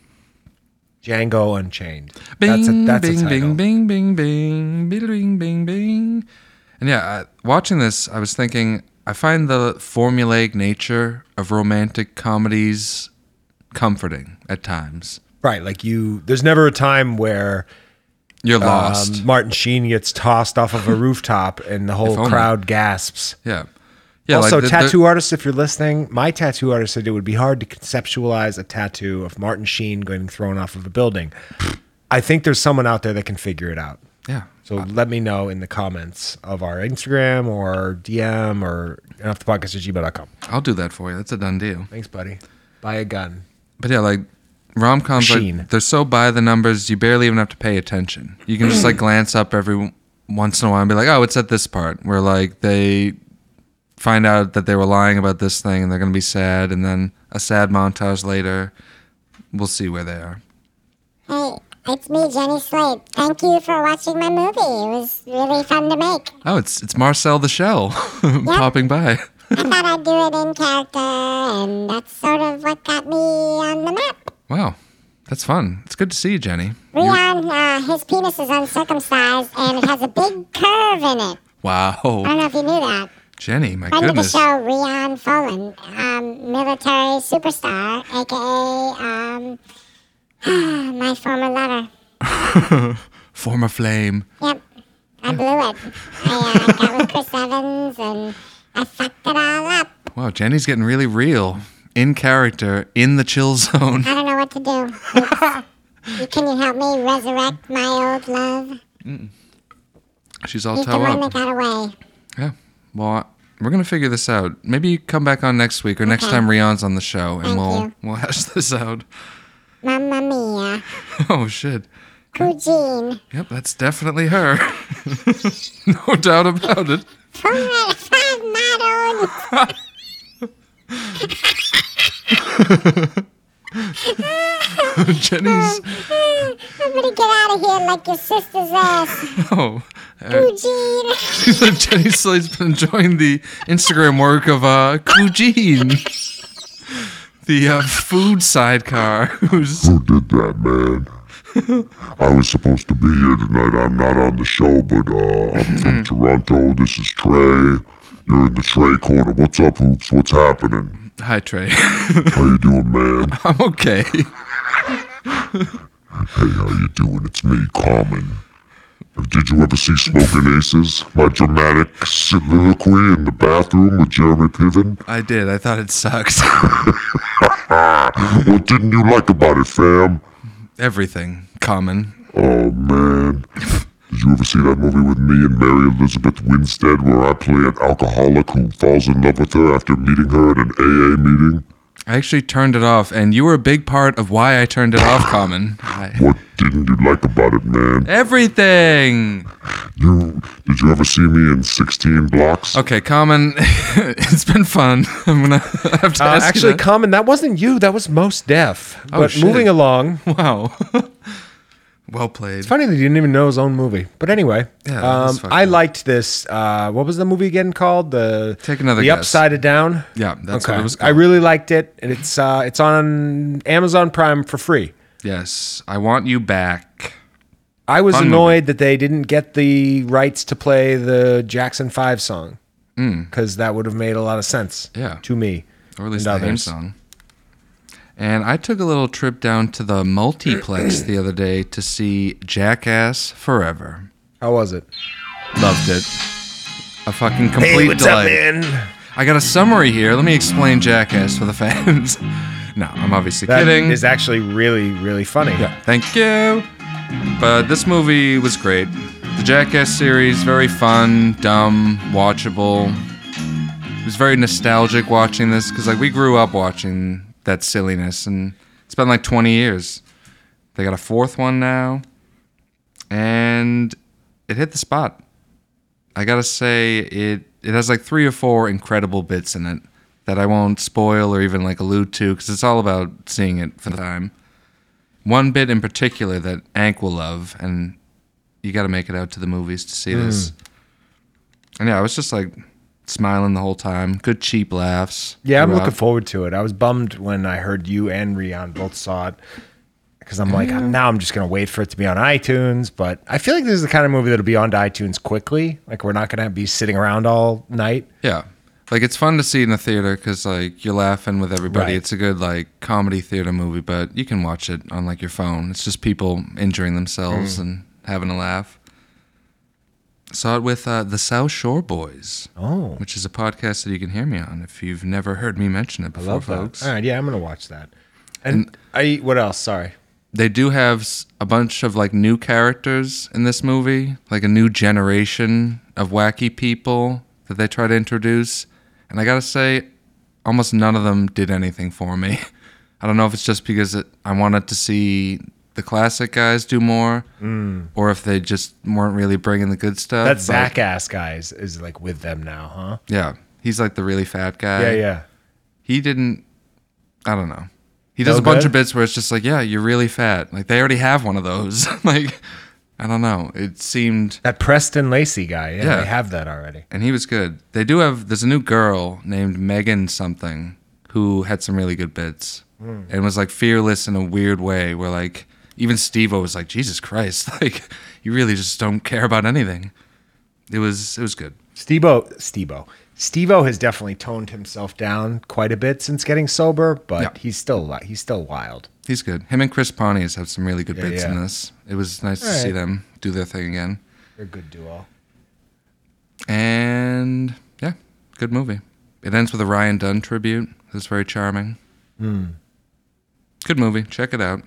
[SPEAKER 5] Django Unchained.
[SPEAKER 4] Bing,
[SPEAKER 5] that's a that's
[SPEAKER 4] bing,
[SPEAKER 5] a title.
[SPEAKER 4] bing, bing, bing, bing, bing, bing, bing. And yeah, I, watching this, I was thinking, I find the formulaic nature of romantic comedies comforting at times.
[SPEAKER 5] Right, like you. There's never a time where
[SPEAKER 4] You're lost.
[SPEAKER 5] um, Martin Sheen gets tossed off of a *laughs* rooftop and the whole
[SPEAKER 4] only.
[SPEAKER 5] crowd gasps.
[SPEAKER 4] yeah. Yeah.
[SPEAKER 5] also,
[SPEAKER 4] the- the-
[SPEAKER 5] tattoo artists, if you're listening, my tattoo artist said it would be hard to conceptualize a tattoo of Martin Sheen getting thrown off of a building. I think there's someone out there that can figure it out.
[SPEAKER 4] Yeah.
[SPEAKER 5] So let me know in the comments of our Instagram or DM or enoughthepodcast@gmail.com.
[SPEAKER 4] I'll do that for you. That's a done deal.
[SPEAKER 5] Thanks, buddy. Buy a gun.
[SPEAKER 4] But yeah, like rom coms,
[SPEAKER 5] Machine.
[SPEAKER 4] like, they're so by the numbers, you barely even have to pay attention. You can just
[SPEAKER 5] Mm.
[SPEAKER 4] like glance up every once in a while and be like, oh, it's at this part where like they find out that they were lying about this thing and they're going to be sad. And then a sad montage later, we'll see where they are.
[SPEAKER 8] Hey, it's me, Jenny Slate. Thank you for watching my movie. It was really fun to make.
[SPEAKER 4] Oh, it's it's Marcel the Shell *laughs* popping by.
[SPEAKER 8] I thought I'd do it in character, and that's sort of what got me on the map.
[SPEAKER 4] Wow. That's fun. It's good to see you, Jenny.
[SPEAKER 8] Leon, uh, his penis is uncircumcised, and it has a big curve in it. I
[SPEAKER 4] Wow.
[SPEAKER 8] don't know if you knew that.
[SPEAKER 4] Jenny, my
[SPEAKER 8] Friend
[SPEAKER 4] goodness.
[SPEAKER 8] of the show, Leon Folan, um, military superstar, aka um, *sighs* my former lover.
[SPEAKER 4] Former flame.
[SPEAKER 8] Yep, I blew it. I uh, got with Chris Evans, and I fucked it all up.
[SPEAKER 4] Wow, Jenny's getting really real. In character, in the chill *laughs* zone.
[SPEAKER 8] I don't know what to do. Oops. Can you help me resurrect my old love?
[SPEAKER 4] She's all
[SPEAKER 8] He's the
[SPEAKER 4] toe
[SPEAKER 8] one that
[SPEAKER 4] up.
[SPEAKER 8] got away.
[SPEAKER 4] Yeah. Well, I- we're gonna figure this out. Maybe you come back on next week or next time Rion's on the show, and
[SPEAKER 8] Thank
[SPEAKER 4] we'll
[SPEAKER 8] you.
[SPEAKER 4] we'll hash *laughs* this out.
[SPEAKER 8] Mamma mia.
[SPEAKER 4] Oh shit.
[SPEAKER 8] Eugene.
[SPEAKER 4] Yep, that's definitely her. *laughs* no doubt about it.
[SPEAKER 8] Four out of five *laughs* models. *laughs*
[SPEAKER 4] Jenny's.
[SPEAKER 8] I'm gonna get out of here like your sister's ass.
[SPEAKER 4] Oh. *laughs*
[SPEAKER 8] Eugene.
[SPEAKER 4] Jenny Slade's been enjoying the Instagram work of uh, Kujin, the uh, food sidecar, who's
[SPEAKER 9] Who did that, man? I was supposed to be here tonight. I'm not on the show, but uh, I'm from Toronto. This is Trey. You're in the Trey corner. What's up, Hoops? What's happening?
[SPEAKER 4] hi Trey. *laughs*
[SPEAKER 9] How you doing, man?
[SPEAKER 4] I'm okay.
[SPEAKER 9] Hey, how you doing? It's me, Common. Did you ever see Smoking Aces? My dramatic soliloquy in the bathroom with Jeremy Piven? *laughs*
[SPEAKER 4] I did. I thought it sucked. *laughs*
[SPEAKER 9] What didn't you like about it, fam?
[SPEAKER 4] Everything common.
[SPEAKER 9] Oh man. Did you ever see that movie with me and Mary Elizabeth Winstead where I play an alcoholic who falls in love with her after meeting her at an AA meeting?
[SPEAKER 4] I actually turned it off, and you were a big part of why I turned it off, Common. I-
[SPEAKER 9] What didn't you like about it, man?
[SPEAKER 4] Everything.
[SPEAKER 9] You did you ever see me in 16 blocks?
[SPEAKER 4] Okay, Common. *laughs* it's been fun. *laughs* I'm gonna have to
[SPEAKER 5] Uh,
[SPEAKER 4] ask
[SPEAKER 5] actually,
[SPEAKER 4] you that.
[SPEAKER 5] common. That wasn't you. That was most deaf.
[SPEAKER 4] Oh,
[SPEAKER 5] but
[SPEAKER 4] shit.
[SPEAKER 5] moving along,
[SPEAKER 4] wow. *laughs* well played.
[SPEAKER 5] funny that he didn't even know his own movie. But anyway,
[SPEAKER 4] Yeah, that
[SPEAKER 5] um,
[SPEAKER 4] was fucked
[SPEAKER 5] I
[SPEAKER 4] up.
[SPEAKER 5] liked this. Uh, what was the movie again called? The
[SPEAKER 4] Take another
[SPEAKER 5] The
[SPEAKER 4] guess.
[SPEAKER 5] Upside of Down.
[SPEAKER 4] Yeah, that's what it was
[SPEAKER 5] I
[SPEAKER 4] called.
[SPEAKER 5] really liked it, and it's uh, it's on Amazon Prime for free.
[SPEAKER 4] Yes, I want you back.
[SPEAKER 5] I was
[SPEAKER 4] Fun movie.
[SPEAKER 5] annoyed that they didn't get the rights to play
[SPEAKER 7] *laughs*
[SPEAKER 5] the Jackson Five song because that would have made a lot of sense.
[SPEAKER 4] Yeah.
[SPEAKER 5] to me.
[SPEAKER 4] Or at least
[SPEAKER 5] and
[SPEAKER 4] the theme
[SPEAKER 5] others.
[SPEAKER 4] song. And I took a little trip down to the
[SPEAKER 5] *clears throat*
[SPEAKER 4] multiplex the other day to see Jackass Forever.
[SPEAKER 5] How was it?
[SPEAKER 4] Loved it. A fucking complete delight.
[SPEAKER 5] man?
[SPEAKER 4] I got a summary here. Let me explain Jackass for the *laughs* fans. no, I'm obviously
[SPEAKER 5] That
[SPEAKER 4] kidding.
[SPEAKER 5] is actually really really funny.
[SPEAKER 4] Yeah, thank you. But this movie was great. The Jackass series, very fun, dumb, watchable. It was very nostalgic watching this because like we grew up watching that silliness, and it's been like 20 years. They got a fourth one now, and it hit the spot. I gotta say it. It has like three or four incredible bits in it that I won't spoil or even like allude to because it's all about seeing it for the time one bit in particular that Ank will love, and
[SPEAKER 7] Mm.
[SPEAKER 4] you got to make it out to the movies to see this. And yeah, I was just like smiling the whole time. Good cheap laughs.
[SPEAKER 7] Yeah, I'm
[SPEAKER 4] throughout.
[SPEAKER 7] looking forward to it. I was bummed when I heard you and Rion both saw it because I'm like, now I'm just going to wait for it to be on iTunes. But I feel like this is the kind of movie that'll be on iTunes quickly. Like, we're not going to be sitting around all night.
[SPEAKER 4] Yeah. Like it's fun to see in the theater because like you're laughing with everybody.
[SPEAKER 7] Right.
[SPEAKER 4] It's a good like comedy theater movie, but you can watch it on like your phone. It's just people injuring
[SPEAKER 7] Mm.
[SPEAKER 4] themselves and having a laugh. Saw it with uh, the South Shore Boys,
[SPEAKER 7] Oh,
[SPEAKER 4] which is a podcast that you can hear me on if you've never heard me mention it before,
[SPEAKER 7] love that.
[SPEAKER 4] folks.
[SPEAKER 7] All right. Yeah, I'm going to watch that. And, I, what else? Sorry.
[SPEAKER 4] They do have s- a bunch of like new characters in this movie, like a new generation of wacky people that they try to introduce. And I gotta say, almost none of them did anything for me. *laughs* I don't know if it's just because it, I wanted to see the classic guys do more, or if they just weren't really bringing the good stuff.
[SPEAKER 7] That
[SPEAKER 4] but-
[SPEAKER 7] Zach ass guy is, is like with them now, huh?
[SPEAKER 4] Yeah, he's like the really fat guy
[SPEAKER 7] Yeah, yeah.
[SPEAKER 4] he didn't i don't know he does
[SPEAKER 7] No
[SPEAKER 4] a bunch
[SPEAKER 7] good?
[SPEAKER 4] of bits where it's just like yeah you're really fat like they already have one of those *laughs* like i don't know it seemed
[SPEAKER 7] That Preston Lacey guy. Yeah,
[SPEAKER 4] Yeah.
[SPEAKER 7] they have that already.
[SPEAKER 4] and he was good they do have there's a new girl named megan something who had some really good bits
[SPEAKER 7] Hmm.
[SPEAKER 4] and was like fearless in a weird way where like even steve was like jesus christ *laughs* like you really just don't care about anything it was it was good
[SPEAKER 7] Stebo, Stebo, Stevo has definitely toned himself down quite a bit since getting sober, but
[SPEAKER 4] Yeah.
[SPEAKER 7] he's still li- he's still wild.
[SPEAKER 4] He's good. Him and Chris Pontius have some really good
[SPEAKER 7] Yeah,
[SPEAKER 4] bits
[SPEAKER 7] yeah.
[SPEAKER 4] in this. It was nice to
[SPEAKER 7] All
[SPEAKER 4] see
[SPEAKER 7] right.
[SPEAKER 4] them do their thing again.
[SPEAKER 7] They're a good duo.
[SPEAKER 4] And yeah, good movie. It ends with a Ryan Dunn tribute. That's very charming.
[SPEAKER 7] Hmm.
[SPEAKER 4] Good movie. Check it out.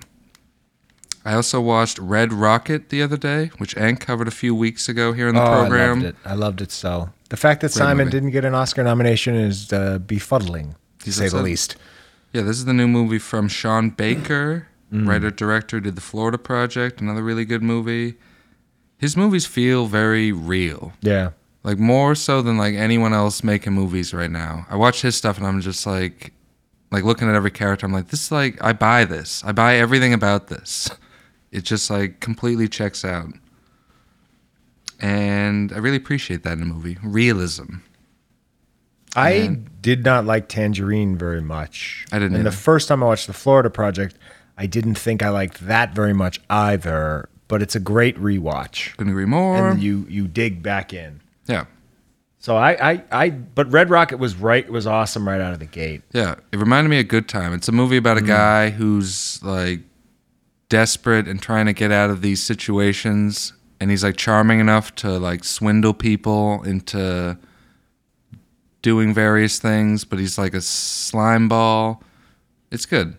[SPEAKER 4] I also watched Red Rocket the other day, which Ank covered a few weeks ago here in the
[SPEAKER 7] oh,
[SPEAKER 4] program.
[SPEAKER 7] I loved it. I loved it so. The fact that Simon
[SPEAKER 4] movie.
[SPEAKER 7] didn't get an Oscar nomination is uh, befuddling, to say
[SPEAKER 4] that's
[SPEAKER 7] the
[SPEAKER 4] it.
[SPEAKER 7] least.
[SPEAKER 4] Yeah, this is the new movie from Sean Baker,
[SPEAKER 7] Mm.
[SPEAKER 4] writer director, did The Florida Project, another really good movie. His movies feel very real.
[SPEAKER 7] Yeah,
[SPEAKER 4] like more so than like anyone else making movies right now. I watch his stuff and I'm just like, like looking at every character. I'm like, this is like I buy this. I buy everything about this. *laughs* It just like completely checks out, and I really appreciate that in a movie. Realism.
[SPEAKER 7] I did not like Tangerine very much.
[SPEAKER 4] I didn't
[SPEAKER 7] And the
[SPEAKER 4] either.
[SPEAKER 7] first time I watched The Florida Project, I didn't think I liked that very much either. But it's a great rewatch,
[SPEAKER 4] Couldn't agree more.
[SPEAKER 7] and you you dig back in.
[SPEAKER 4] yeah,
[SPEAKER 7] So I, I, I, but Red Rocket was right, was awesome right out of the gate.
[SPEAKER 4] yeah. It reminded me of Good Time. It's a movie about
[SPEAKER 7] Mm-hmm.
[SPEAKER 4] a guy who's like desperate and trying to get out of these situations, and he's like charming enough to like swindle people into doing various things, but he's like a slime ball. It's good.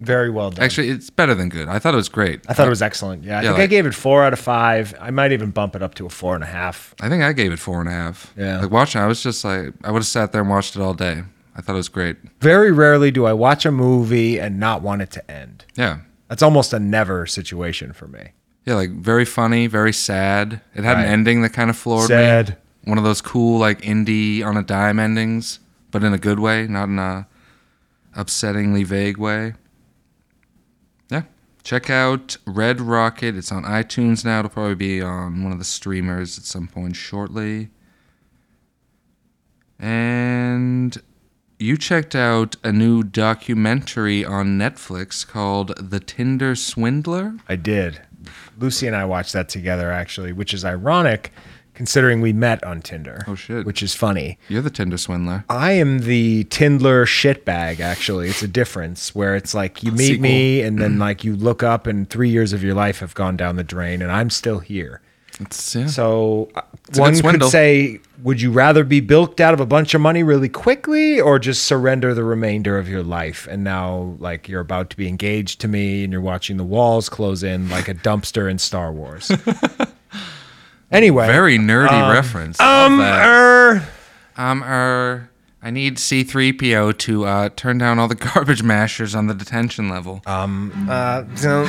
[SPEAKER 7] Very well done.
[SPEAKER 4] Actually, it's better than good. I thought it was great.
[SPEAKER 7] I thought it was excellent. Yeah,
[SPEAKER 4] Yeah,
[SPEAKER 7] I think I
[SPEAKER 4] like-
[SPEAKER 7] gave it four out of five. I might even bump it up to a four and a half.
[SPEAKER 4] I think I gave it four and a half.
[SPEAKER 7] Yeah.
[SPEAKER 4] Like watching, I was just like, I would have sat there and watched it all day. I thought it was great.
[SPEAKER 7] Very rarely do I watch a movie and not want it to end.
[SPEAKER 4] Yeah.
[SPEAKER 7] That's almost a never situation for me.
[SPEAKER 4] Yeah, like very funny, very sad. It had
[SPEAKER 7] Right.
[SPEAKER 4] an ending that kind of floored me.
[SPEAKER 7] Sad.
[SPEAKER 4] One of those cool like indie on a dime endings, but in a good way, not in a upsettingly vague way. Yeah. Check out Red Rocket. It's on iTunes now. It'll probably be on one of the streamers at some point shortly. And you checked out a new documentary on Netflix called The Tinder Swindler.
[SPEAKER 7] I did. Lucy and I watched that together actually, which is ironic considering we met on Tinder.
[SPEAKER 4] Oh, shit.
[SPEAKER 7] Which is funny.
[SPEAKER 4] You're the Tinder Swindler.
[SPEAKER 7] I am the Tindler shitbag, actually. It's a difference where it's like you meet me and then like you look up and three years of your life have gone down the drain and I'm still here.
[SPEAKER 4] It's, yeah.
[SPEAKER 7] So uh,
[SPEAKER 4] a good
[SPEAKER 7] one could
[SPEAKER 4] swindle.
[SPEAKER 7] say, would you rather be bilked out of a bunch of money really quickly or just surrender the remainder of your life? And now like you're about to be engaged to me and you're watching the walls close in like a dumpster in Star
[SPEAKER 4] *laughs*
[SPEAKER 7] Wars. anyway.
[SPEAKER 4] Very nerdy reference. Um, er,
[SPEAKER 7] er,
[SPEAKER 4] um, er, I need C3PO to uh, turn down all the *laughs* garbage mashers on the detention level.
[SPEAKER 7] uh, don't-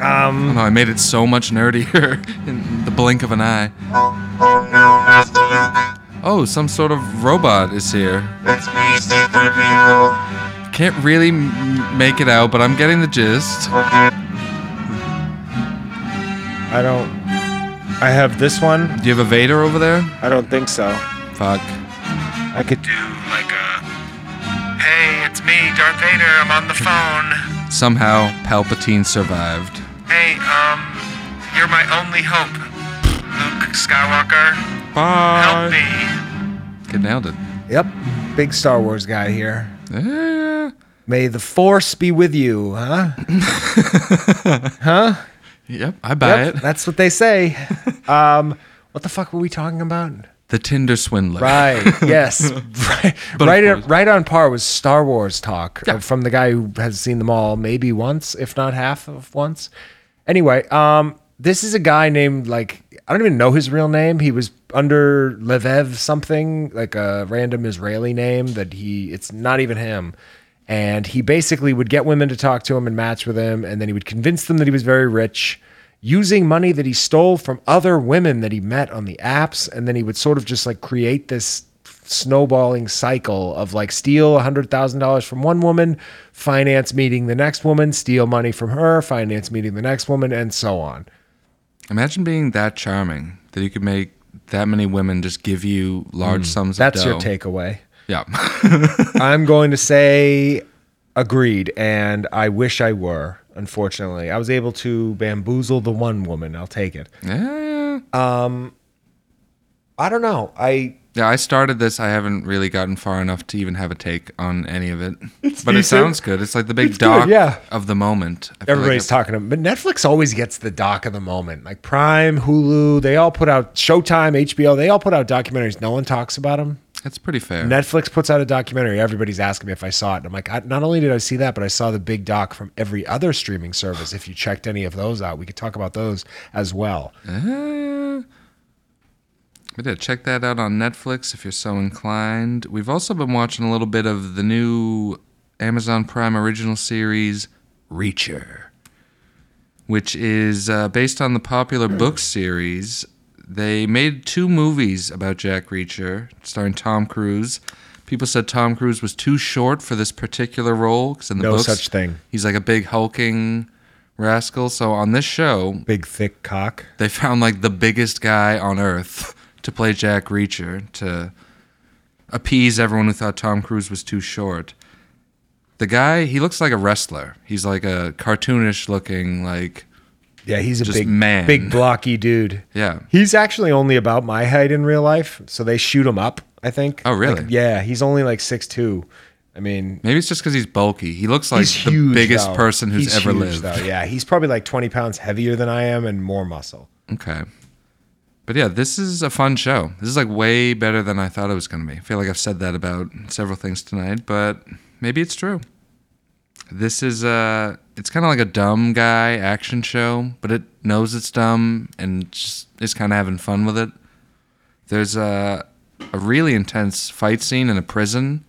[SPEAKER 4] I don't know, I made it so much nerdier *laughs* in the blink of an eye. Oh, some sort of robot is here. Can't really m- make it out, but I'm getting the gist.
[SPEAKER 7] I don't. I have this one.
[SPEAKER 4] Do you have a Vader over there?
[SPEAKER 7] I don't think so.
[SPEAKER 4] Fuck.
[SPEAKER 5] I could.
[SPEAKER 6] Do like a, hey, it's me, Darth Vader. I'm on the phone.
[SPEAKER 4] Somehow, Palpatine survived.
[SPEAKER 6] Hey, um, you're my only hope, Luke Skywalker. Help
[SPEAKER 4] Bye.
[SPEAKER 6] me.
[SPEAKER 4] Good nailed it.
[SPEAKER 5] Yep. Big Star Wars guy here.
[SPEAKER 4] Yeah.
[SPEAKER 5] May the force be with you, huh?
[SPEAKER 4] Yep, I buy it.
[SPEAKER 5] Yep, That's what they say. *laughs* Um, what the fuck were we talking about?
[SPEAKER 4] The Tinder swindler. *laughs*
[SPEAKER 5] Right. Yes. right.
[SPEAKER 4] But
[SPEAKER 5] Right,
[SPEAKER 4] of
[SPEAKER 5] on-
[SPEAKER 4] course.
[SPEAKER 5] right on par with Star Wars talk uh, from the guy who has seen them all maybe once, if not half of once. Anyway, um, this is a guy named like I don't even know his real name. He was under Levev something like a random Israeli name that he. It's not even him. And he basically would get women to talk to him and match with him, and then he would convince them that he was very rich using money that he stole from other women that he met on the apps and then he would sort of just like create this snowballing cycle of like steal $100,000 from one woman, finance meeting the next woman, steal money from her, finance meeting the next woman and so on.
[SPEAKER 4] Imagine being that charming that you could make that many women just give you large sums
[SPEAKER 5] Mm. That's
[SPEAKER 4] of dough.
[SPEAKER 5] your takeaway.
[SPEAKER 4] Yeah. *laughs*
[SPEAKER 5] I'm going to say agreed and I wish I were. Unfortunately, I was able to bamboozle the one woman. I'll take it.
[SPEAKER 4] yeah.
[SPEAKER 5] Um, I don't know. I
[SPEAKER 4] Yeah, I started this. I haven't really gotten far enough to even have a take on any
[SPEAKER 5] *laughs*
[SPEAKER 4] of it. but
[SPEAKER 5] decent.
[SPEAKER 4] it sounds good. It's like the big
[SPEAKER 5] It's good,
[SPEAKER 4] doc
[SPEAKER 5] yeah.
[SPEAKER 4] of the moment. I feel like
[SPEAKER 5] Everybody's
[SPEAKER 4] it-
[SPEAKER 5] talking about, but Netflix always gets the doc of the moment. Like Prime, Hulu, they all put out Showtime, HBO, they all put out documentaries. No one talks about them.
[SPEAKER 4] That's pretty fair.
[SPEAKER 5] Netflix puts out a documentary. Everybody's asking me if I saw it, and I'm like, I, not only did I see that, but I saw the big doc from every other streaming service. If you checked any of those out, we could talk about those as well.
[SPEAKER 4] Uh, but yeah, check that out on Netflix if you're so inclined. We've also been watching a little bit of the new Amazon Prime original series, Reacher, which is uh, based on the popular book series. They made two movies about Jack Reacher, starring Tom Cruise. People said Tom Cruise was too short for this particular role because in the
[SPEAKER 5] No
[SPEAKER 4] books,
[SPEAKER 5] such thing.
[SPEAKER 4] he's like a big hulking rascal. So on this show,
[SPEAKER 5] Big thick cock.
[SPEAKER 4] they found like the biggest guy on earth to play Jack Reacher to appease everyone who thought Tom Cruise was too short. The guy, he looks like a wrestler. He's like a cartoonish looking, like,
[SPEAKER 5] Yeah, he's a
[SPEAKER 4] Just
[SPEAKER 5] big
[SPEAKER 4] man.
[SPEAKER 5] big blocky dude.
[SPEAKER 4] yeah.
[SPEAKER 5] He's actually only about my height in real life, so they shoot him up. I think.
[SPEAKER 4] Oh, really?
[SPEAKER 5] Like, yeah, he's only like six two. I mean,
[SPEAKER 4] Maybe it's just because he's bulky. He looks like
[SPEAKER 5] he's
[SPEAKER 4] the
[SPEAKER 5] huge,
[SPEAKER 4] biggest
[SPEAKER 5] though.
[SPEAKER 4] person who's
[SPEAKER 5] He's
[SPEAKER 4] ever
[SPEAKER 5] huge,
[SPEAKER 4] lived.
[SPEAKER 5] Though. Yeah, he's probably like 20 pounds heavier than I am and more muscle.
[SPEAKER 4] Okay. But yeah, this is a fun show. This is like way better than I thought it was going to be. I feel like I've said that about several things tonight, but maybe it's true. This is uh it's kind of like a dumb guy action show, but it knows it's dumb and just is kind of having fun with it. There's a a really intense fight scene in a prison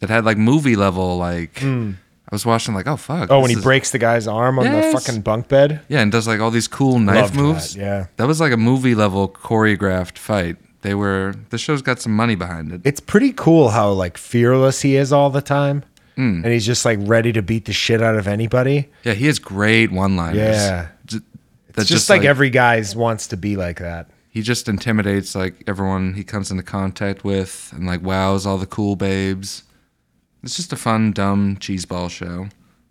[SPEAKER 4] that had like movie level like I was watching like, "Oh fuck."
[SPEAKER 5] Hmm. Oh,
[SPEAKER 4] this
[SPEAKER 5] when he
[SPEAKER 4] is-
[SPEAKER 5] breaks the guy's arm on
[SPEAKER 4] Yes.
[SPEAKER 5] the fucking bunk bed.
[SPEAKER 4] yeah, and does like all these cool knife
[SPEAKER 5] Loved
[SPEAKER 4] moves.
[SPEAKER 5] that, yeah.
[SPEAKER 4] that was like a movie level choreographed fight. They were the show's got some money behind it.
[SPEAKER 5] It's pretty cool how like fearless he is all the time.
[SPEAKER 4] Hmm.
[SPEAKER 5] And he's just like ready to beat the shit out of anybody.
[SPEAKER 4] Yeah, he has great one liners.
[SPEAKER 5] Yeah.
[SPEAKER 4] that's
[SPEAKER 5] It's just, like, every guy's wants to be like that.
[SPEAKER 4] he just intimidates like everyone he comes into contact with, and like wows all the cool babes. It's just a fun, dumb cheeseball show.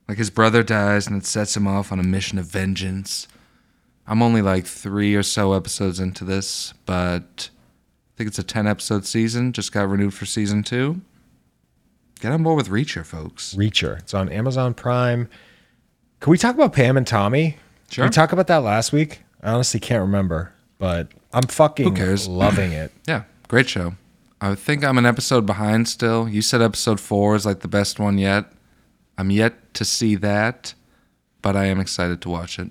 [SPEAKER 4] Like his brother dies, and it sets him off on a mission of vengeance. I'm only like three or so episodes into this, but I think it's a 10 episode season. Just got renewed for season two. Get on board with Reacher, folks.
[SPEAKER 5] Reacher. It's on Amazon Prime. Can we talk about Pam and Tommy?
[SPEAKER 4] Sure.
[SPEAKER 5] Did we talk about that last week? I honestly can't remember, but I'm fucking
[SPEAKER 7] *coughs*
[SPEAKER 4] cares?
[SPEAKER 5] loving it.
[SPEAKER 4] Yeah, great show. I think I'm an episode behind still. You said episode four is like the best one yet. I'm yet to see that, but I am excited to watch it.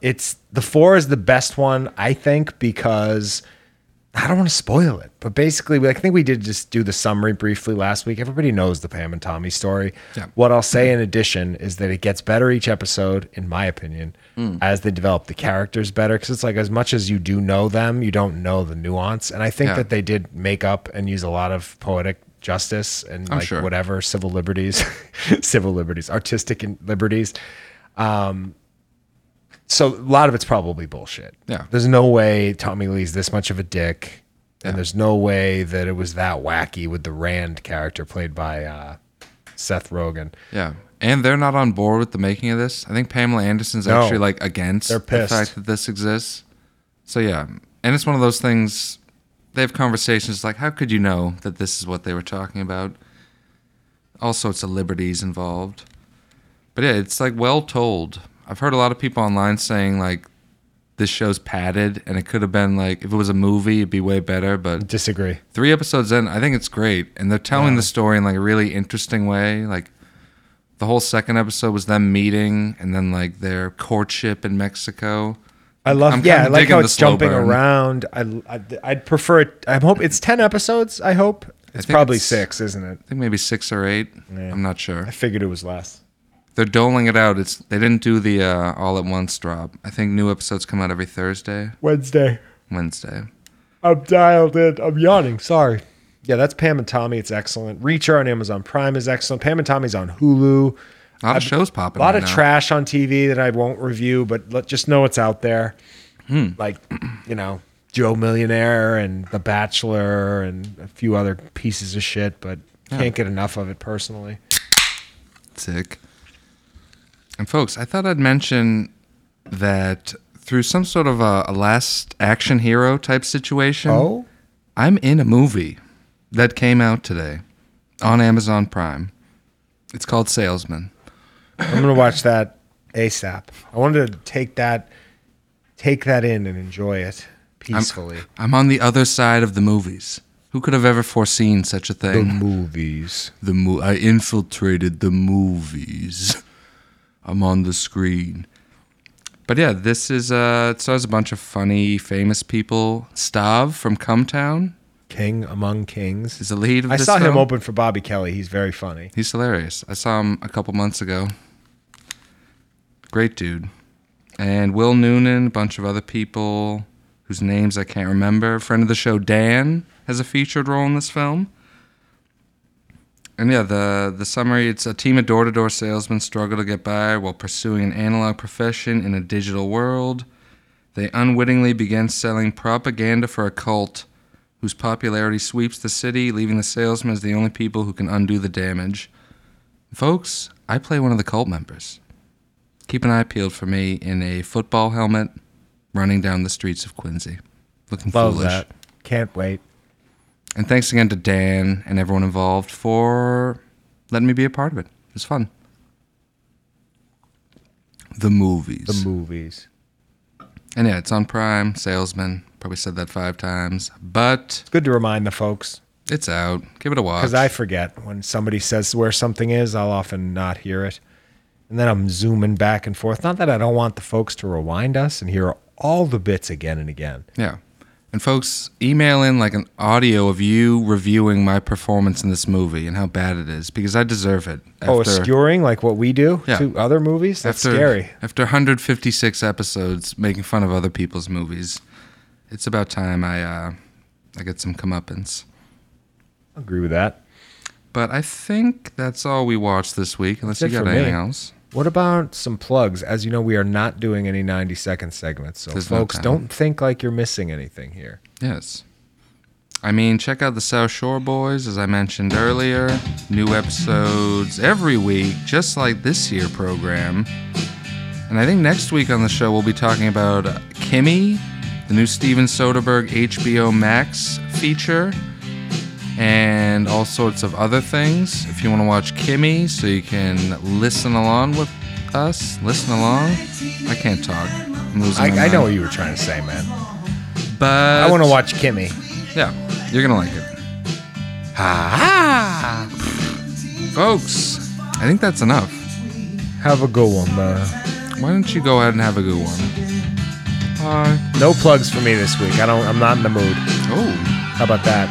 [SPEAKER 5] it's the four is the best one I think because I don't want to spoil it, but basically, like, I think we did just do the summary briefly last week. Everybody knows the Pam and Tommy story.
[SPEAKER 4] Yeah.
[SPEAKER 5] What I'll say in addition is that it gets better each episode, in my opinion,
[SPEAKER 4] Mm.
[SPEAKER 5] as they develop the characters better. Because it's like as much as you do know them, you don't know the nuance. And I think
[SPEAKER 4] Yeah.
[SPEAKER 5] that they did make up and use a lot of poetic justice and like
[SPEAKER 4] Oh, sure.
[SPEAKER 5] whatever civil liberties, *laughs* civil liberties, artistic and liberties. So a lot of it's probably bullshit.
[SPEAKER 4] Yeah.
[SPEAKER 5] There's no way Tommy Lee's this much of a dick.
[SPEAKER 7] And there's no way that it was that wacky with the Rand character played by uh, Seth Rogen.
[SPEAKER 4] Yeah. And they're not on board with the making of this. I think Pamela Anderson's
[SPEAKER 7] No.
[SPEAKER 4] actually like against
[SPEAKER 7] They're
[SPEAKER 4] the
[SPEAKER 7] pissed.
[SPEAKER 4] fact that this exists. So yeah. And it's one of those things they have conversations like how could you know that this is what they were talking about? All sorts of liberties involved. But yeah, it's like well told. I've heard a lot of people online saying like this show's padded and it could have been like if it was a movie it'd be way better, but
[SPEAKER 7] Disagree.
[SPEAKER 4] three episodes in, I think it's great, and they're telling the story in like a really interesting way. Like the whole second episode was them meeting, and then like their courtship in Mexico.
[SPEAKER 7] I love.
[SPEAKER 4] I'm
[SPEAKER 7] yeah, I
[SPEAKER 4] kinda
[SPEAKER 7] like
[SPEAKER 4] digging
[SPEAKER 7] how
[SPEAKER 4] the
[SPEAKER 7] it's
[SPEAKER 4] slow
[SPEAKER 7] jumping
[SPEAKER 4] burn.
[SPEAKER 7] around. I, I I'd prefer it. I hope it's ten episodes. I hope it's
[SPEAKER 4] think
[SPEAKER 7] probably
[SPEAKER 4] it's-
[SPEAKER 7] six, isn't it?
[SPEAKER 4] I think maybe six or eight. I'm not sure.
[SPEAKER 7] I figured it was less.
[SPEAKER 4] They're doling it out. It's they didn't do the uh, all at once drop. I think new episodes come out every Thursday,
[SPEAKER 7] Wednesday.
[SPEAKER 4] Wednesday.
[SPEAKER 7] I'm dialed in. I'm yawning. Sorry. Yeah, that's Pam and Tommy. It's excellent. Reacher on Amazon Prime is excellent. Pam and Tommy's on Hulu.
[SPEAKER 4] A lot of shows popping.
[SPEAKER 7] A lot
[SPEAKER 4] right
[SPEAKER 7] of
[SPEAKER 4] now.
[SPEAKER 7] trash on TV that I won't review, but let, just know it's out there. Like, you know, Joe Millionaire and The Bachelor and a few other pieces of shit, but can't get enough of it personally.
[SPEAKER 4] Sick. And folks, I thought I'd mention that through some sort of a, a last action hero type situation.
[SPEAKER 7] Oh,
[SPEAKER 4] I'm in a movie that came out today on Amazon Prime. It's called Salesman.
[SPEAKER 7] I'm gonna watch that ASAP. I wanted to take that, take that in and enjoy it peacefully.
[SPEAKER 4] I'm on the other side of the movies. Who could have ever foreseen such a thing?
[SPEAKER 7] movies.
[SPEAKER 4] The mo- I infiltrated the movies. I'm on the screen. But yeah, this is uh it stars a bunch of funny famous people. Stav from Cumtown
[SPEAKER 7] King among kings.
[SPEAKER 4] is the lead of
[SPEAKER 7] I
[SPEAKER 4] this
[SPEAKER 7] saw him
[SPEAKER 4] film.
[SPEAKER 7] open for Bobby Kelly. He's very funny.
[SPEAKER 4] He's hilarious. I saw him a couple months ago. Great dude. And Will Noonan, a bunch of other people whose names I can't remember. Friend of the show, Dan, has a featured role in this film. And yeah, the, the summary it's a team of door to door salesmen struggle to get by while pursuing an analog profession in a digital world. They unwittingly begin selling propaganda for a cult whose popularity sweeps the city, leaving the salesmen as the only people who can undo the damage. Folks, I play one of the cult members. Keep an eye peeled for me in a football helmet running down the streets of Quincy. Looking
[SPEAKER 7] Love
[SPEAKER 4] foolish.
[SPEAKER 7] that. Can't wait.
[SPEAKER 4] And thanks again to Dan and everyone involved for letting me be a part of it. It was fun. The movies.
[SPEAKER 7] The movies.
[SPEAKER 4] and yeah, it's on Prime, Salesman. Probably said that five times, but
[SPEAKER 7] It's good to remind the folks
[SPEAKER 4] it's out. Give it a watch.
[SPEAKER 7] because I forget when somebody says where something is. I'll often not hear it, and then I'm zooming back and forth. Not that I don't want the folks to rewind us and hear all the bits again and again.
[SPEAKER 4] Yeah. And folks, email in like an audio of you reviewing my performance in this movie and how bad it is because I deserve it.
[SPEAKER 7] oh, obscuring like what we do
[SPEAKER 4] Yeah.
[SPEAKER 7] to other movies. That's
[SPEAKER 4] after,
[SPEAKER 7] scary.
[SPEAKER 4] After 156 episodes making fun of other people's movies, it's about time I uh, I get some comeuppance.
[SPEAKER 7] I agree with that.
[SPEAKER 4] But I think that's all we watched this week, unless
[SPEAKER 7] That's
[SPEAKER 4] you
[SPEAKER 7] it
[SPEAKER 4] got
[SPEAKER 7] for me.
[SPEAKER 4] anything else.
[SPEAKER 7] What about some plugs? As you know, we are not doing any 90 second segments. So,
[SPEAKER 4] There's no
[SPEAKER 7] folks,
[SPEAKER 4] time.
[SPEAKER 7] don't think like you're missing anything here.
[SPEAKER 4] Yes. I mean, check out the South Shore Boys, as I mentioned earlier. New episodes every week, just like this year program. And I think next week on the show, we'll be talking about uh, Kimmy, the new Steven Soderbergh HBO Max feature, and all sorts of other things. If you want to watch Kimmy, so you can listen along with us, listen along. I can't talk. I'm losing my
[SPEAKER 7] I, I know what
[SPEAKER 4] mind.
[SPEAKER 7] you were trying to say, man.
[SPEAKER 4] But
[SPEAKER 7] I want to watch Kimmy.
[SPEAKER 4] yeah, you're gonna like it. Ha Folks, I think that's enough.
[SPEAKER 7] Have a good one, though.
[SPEAKER 4] Why don't you go out and have a good one? Bye.
[SPEAKER 7] No plugs for me this week. I don't. I'm not in the mood.
[SPEAKER 4] Oh,
[SPEAKER 7] How about that?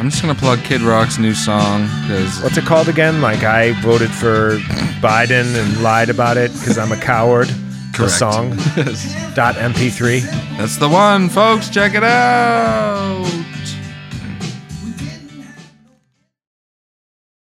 [SPEAKER 4] I'm just gonna plug Kid Rock's new song
[SPEAKER 7] *laughs*
[SPEAKER 4] because
[SPEAKER 7] What's it called again? Like I voted for Biden and lied about it because I'm a coward. The song. Dot MP3.
[SPEAKER 4] that's the one, folks. Check it out.